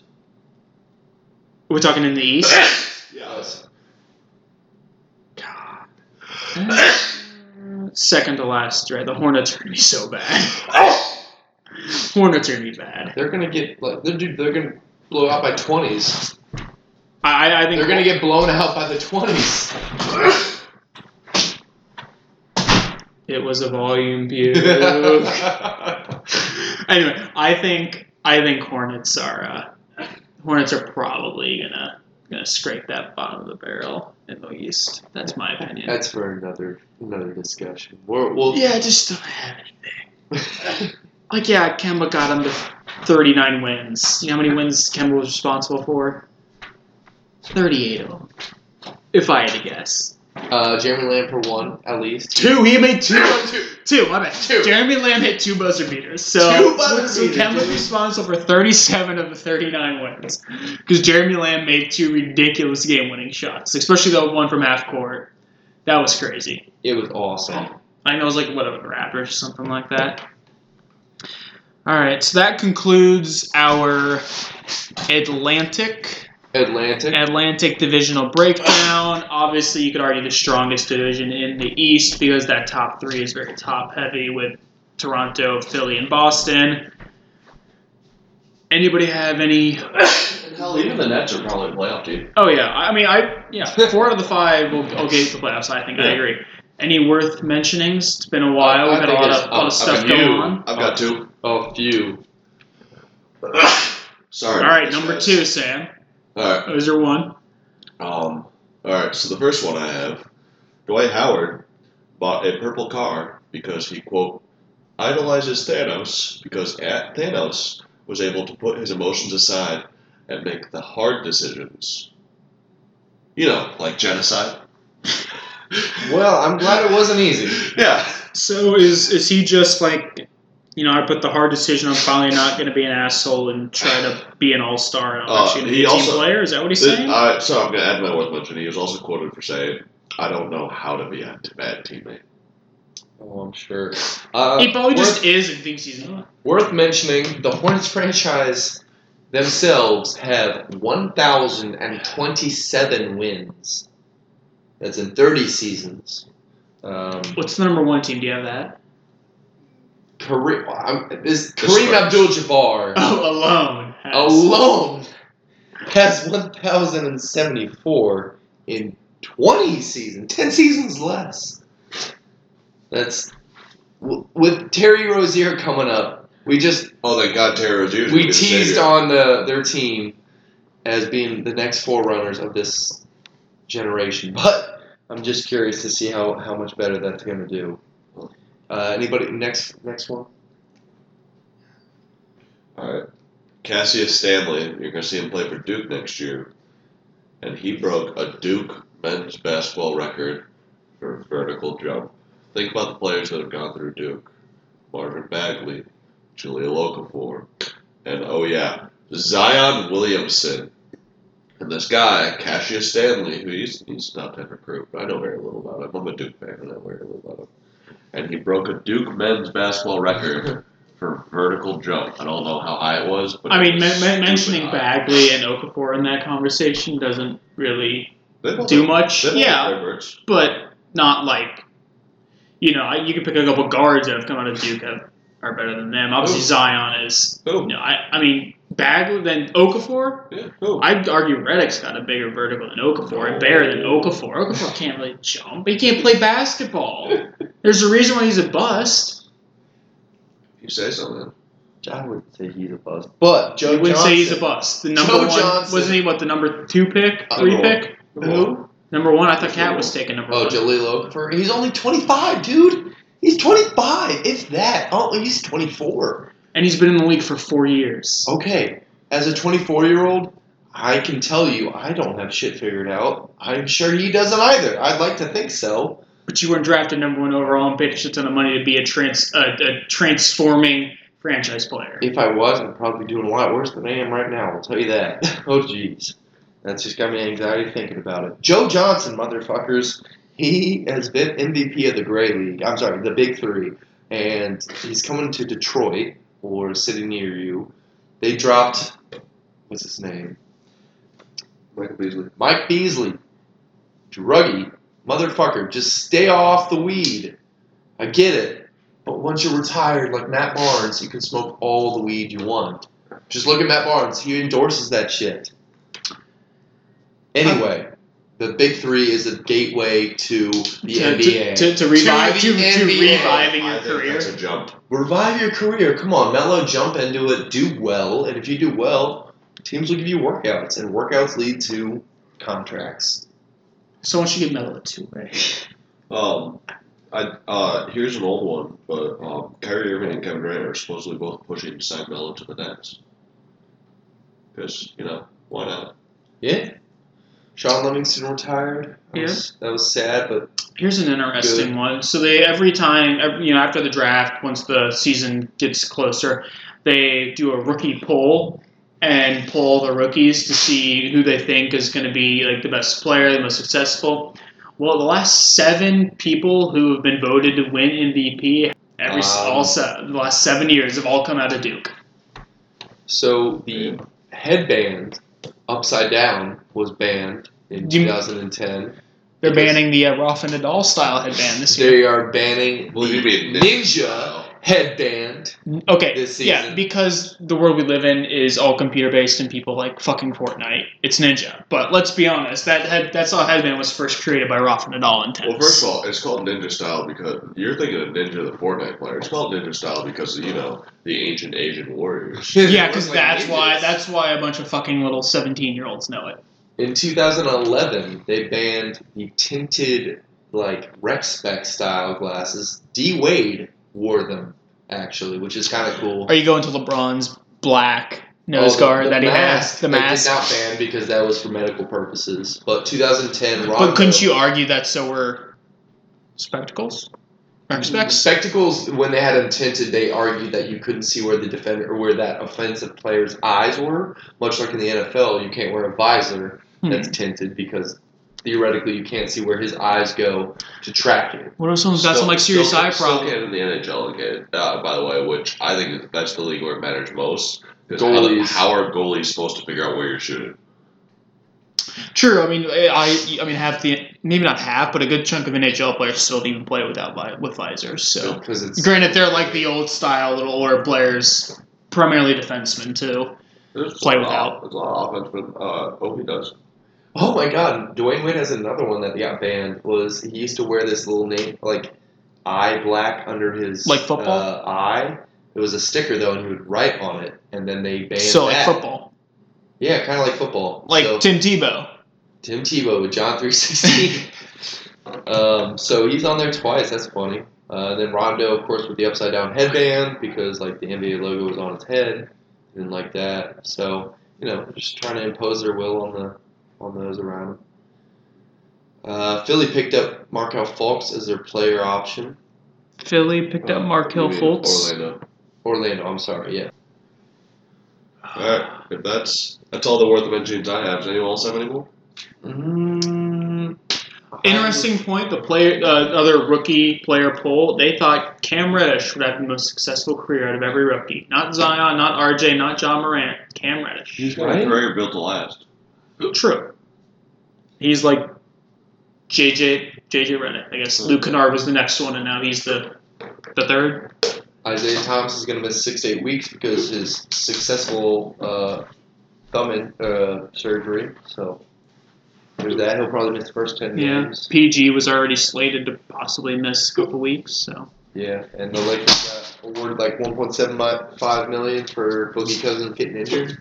We're talking in the East. Yes. Second to last, right? The Hornets are gonna be so bad. Hornets are gonna be bad. They're gonna get like they're dude, they're gonna blow out by twenties. I, I think They're gonna get blown out by the twenties. it was a volume view. anyway, I think I think Hornets are uh, Hornets are probably gonna gonna scrape that bottom of the barrel in the East. That's my opinion. That's for another another discussion. We're, Uh, we'll Yeah, I just don't have anything. Like, yeah, Kemba got him to 39 wins. You know how many wins Kemba was responsible for? 38 of them. If I had to guess. uh, Jeremy Lamb for one at least. Two, he made two. Two. Two, my bad. Two. Jeremy Lamb hit two buzzer beaters. So, Two buzzer so beaters, Kemba was baby. responsible for 37 of the 39 wins. Because Jeremy Lamb made two ridiculous game winning shots, especially the one from half court. That was crazy. It was awesome. I know it was like what a Raptors or something like that. All right, so that concludes our Atlantic Atlantic. Atlantic divisional breakdown. Obviously, you could argue the strongest division in the East because that top three is very top heavy with Toronto, Philly, and Boston. Anybody have any? Hell, even the Nets are probably a playoff team. Oh yeah, I mean I yeah four out of the five will, will get the playoffs. I think I Yeah. agree. Any worth mentionings? It's been a while. I We've had a think lot it's- of, lot uh, of stuff I mean, going you- on. I've got two. A few. Sorry. All about right, this, number guys. two, Sam. All right. Is there one? Um, all right, so the first one I have Dwight Howard bought a purple car because he, quote, idolizes Thanos because at Thanos was able to put his emotions aside and make the hard decisions. You know, like genocide. Well, I'm glad it wasn't easy. Yeah. So is is he just like, you know, I put the hard decision. I'm probably not going to be an asshole and try to be an all star and I'm Uh, actually going to he be a team also- uh, player. Is that what he's This- saying? I- so I'm going to add my worth mention. He was also quoted for saying, I don't know how to be a t- bad teammate. Oh, I'm sure. Uh, he probably worth, just is and thinks he's not. worth mentioning. The Hornets franchise themselves have 1,027 wins. That's in 30 seasons. Um, What's the number one team? Do you have that? Kareem, I'm, this The Kareem Spurs. Abdul-Jabbar Oh, alone. has- alone has 1,074 in 20 seasons, 10 seasons less. That's w- with Terry Rozier coming up. We just Oh, thank God, Terry Rozier. we teased on the, their team as being the next forerunners of this generation, but I'm just curious to see how, how much better that's going to do. Uh, anybody next next one? All right. Cassius Stanley, you're going to see him play for Duke next year. And he broke a Duke men's basketball record for vertical jump. Think about the players that have gone through Duke Marvin Bagley, Julia Okafor, and oh, yeah, Zion Williamson. And this guy, Cassius Stanley, who he's, he's not that recruit. I know very little about him. I'm a Duke fan, and I know very little about him. And he broke a Duke men's basketball record for vertical jump. I don't know how high it was, but I it mean, was men- men- stupid mentioning high. Bagley and Okafor in that conversation doesn't really They both do are- much. they both are Yeah, perverts. but not like you know I- you can pick a couple guards that have come out of Duke that are better than them. Obviously Who? Zion is. Who? You know, I I mean Bagley than Okafor. Yeah, who? I'd argue Reddick's got a bigger vertical than Okafor and better than Oh. Okafor. Okafor can't really jump. He can't play basketball. There's a reason why he's a bust. You say something. I wouldn't say he's a bust, but Joe you wouldn't Johnson. say he's a bust. The number Joe one Johnson. wasn't he what the number two pick, Uh, three number one. pick, number one. I thought Cat was taking number Oh, one. Jaleel Okafor. He's only 25, dude. He's 25, if that. Oh, he's 24. and he's been in the league for four years. Okay, as a 24 year old, I can tell you I don't have shit figured out. I'm sure he doesn't either. I'd like to think so. But you weren't drafted number one overall and paid a shit ton of money to be a trans a, a transforming franchise player. If I was, I'd probably be doing a lot worse than I am right now. I'll tell you that. oh, jeez. That's just got me anxiety thinking about it. Joe Johnson, motherfuckers. He has been MVP of the Gray League. I'm sorry, the Big Three. And he's coming to Detroit or a city near you. They dropped, what's his name? Michael Beasley. Mike Beasley. Druggy. Motherfucker, just stay off the weed. I get it. But once you're retired, like Matt Barnes, you can smoke all the weed you want. Just look at Matt Barnes. He endorses that shit. Anyway, the Big Three is a gateway to the to, NBA. to, to, to revive To to, the to NBA. reviving I your think career. That's a jump. Revive your career. Come on, mellow, jump into it. Do well. And if you do well, teams will give you workouts. And workouts lead to contracts. Someone should give Melo a two way. Um, I uh, here's an old one, but um, Kyrie Irving and Kevin Durant are supposedly both pushing Sam Melo to the Nets. Because you know why not? Yeah. Sean Livingston retired. That Yeah. was, that was sad, but Here's an interesting one. So they every time, every, you know, after the draft, once the season gets closer, they do a rookie poll and poll the rookies to see who they think is going to be like the best player, the most successful. Well, the last seven people who have been voted to win MVP every s- Um. all se- the last seven years have all come out of Duke. so the headband upside down was banned in Do you- 2010. They're Because- banning the uh, Rafa Nadal style headband this year. They are banning Will you the be a ninja headband. Okay, this yeah, season. because the world we live in is all computer based and people like fucking Fortnite. It's Ninja, but let's be honest, that head, that's all headband was first created by Rafa Nadal in tennis. Well, first of all, it's called ninja style because you're thinking of ninja the Fortnite player. It's called ninja style because you know the ancient Asian warriors. yeah, It because looked like that's why ninjas. that's why a bunch of fucking little seventeen year olds know it. In 2011, they banned the tinted, like, rec spec style glasses. D Wade wore them, actually, which is kind of cool. Are you going to LeBron's black Oh, nose the- guard the that he has? The they mask. did not ban because that was for medical purposes. But 2010, Rondo, But couldn't you argue that so were spectacles? Hmm. Or specs? spectacles when they had them tinted, they argued that you couldn't see where the defender or where that offensive player's eyes were. Much like in the NFL, you can't wear a visor Hmm. that's tinted because theoretically you can't see where his eyes go to track it. What if someone's got some like serious still, eye Still problem? can in the NHL again, uh, by the way, which I think is- that's the league where it matters most. 'Cause Goalies. How, how are goalies supposed to figure out where you're shooting? True. I mean, eh, I I mean half the maybe not half, but a good chunk of NHL players still don't even play without vi- with visors. So Because it's granted, they're like the old style little older players, primarily defensemen too. There's Play a lot- without. There's a lot of offense, but uh, Obi does. Oh my god, Dwayne Wade has another one that got banned. Was he used to wear this little name like eye black under his Like football? uh, eye? It was a sticker though, and he would write on it, and then they banned so like that. football, Yeah, kind of like football. like So, Tim Tebow. Tim Tebow with John three sixteen. um, so he's on there twice. That's funny. Uh, then Rondo, of course, with the upside down headband because like the NBA logo was on his head, and like that. So you know, just trying to impose their will on the on those around him. Uh, Philly picked up Markel Fultz as their player option. Philly picked Uh, up Markel you mean Fultz. Orlando. Orlando, I'm sorry, yeah. All right, if that's that's all the worth of mentions I have. Does anyone else have any more? Mm-hmm. Mm, Hmm, Interesting point. The player, uh, other rookie player poll, they thought Cam Reddish would have the most successful career out of every rookie. Not Zion, not RJ, not John Morant. Cam Reddish. He's got a Right? career built to last. True. He's like JJ JJ Redick. I guess Hmm. Luke Kennard was the next one, and now he's the the third. Isaiah Thomas is going to miss six to eight weeks because his successful uh, thumb in, uh, surgery. So there's that. He'll probably miss the first ten Yeah. games. PG was already slated to possibly miss a couple weeks. So Yeah, and the Lakers got awarded like 1.75 million for Boogie Cousins getting injured.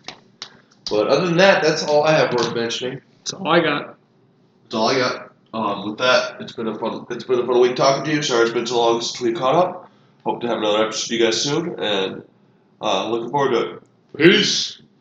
But other than that, that's all I have worth mentioning. that's all I got. That's all I got. Um, with that, it's been a fun it's been a fun week talking to you. Sorry it's been so long since we caught up. Hope to have another episode with you guys soon, and uh, looking forward to it. Peace.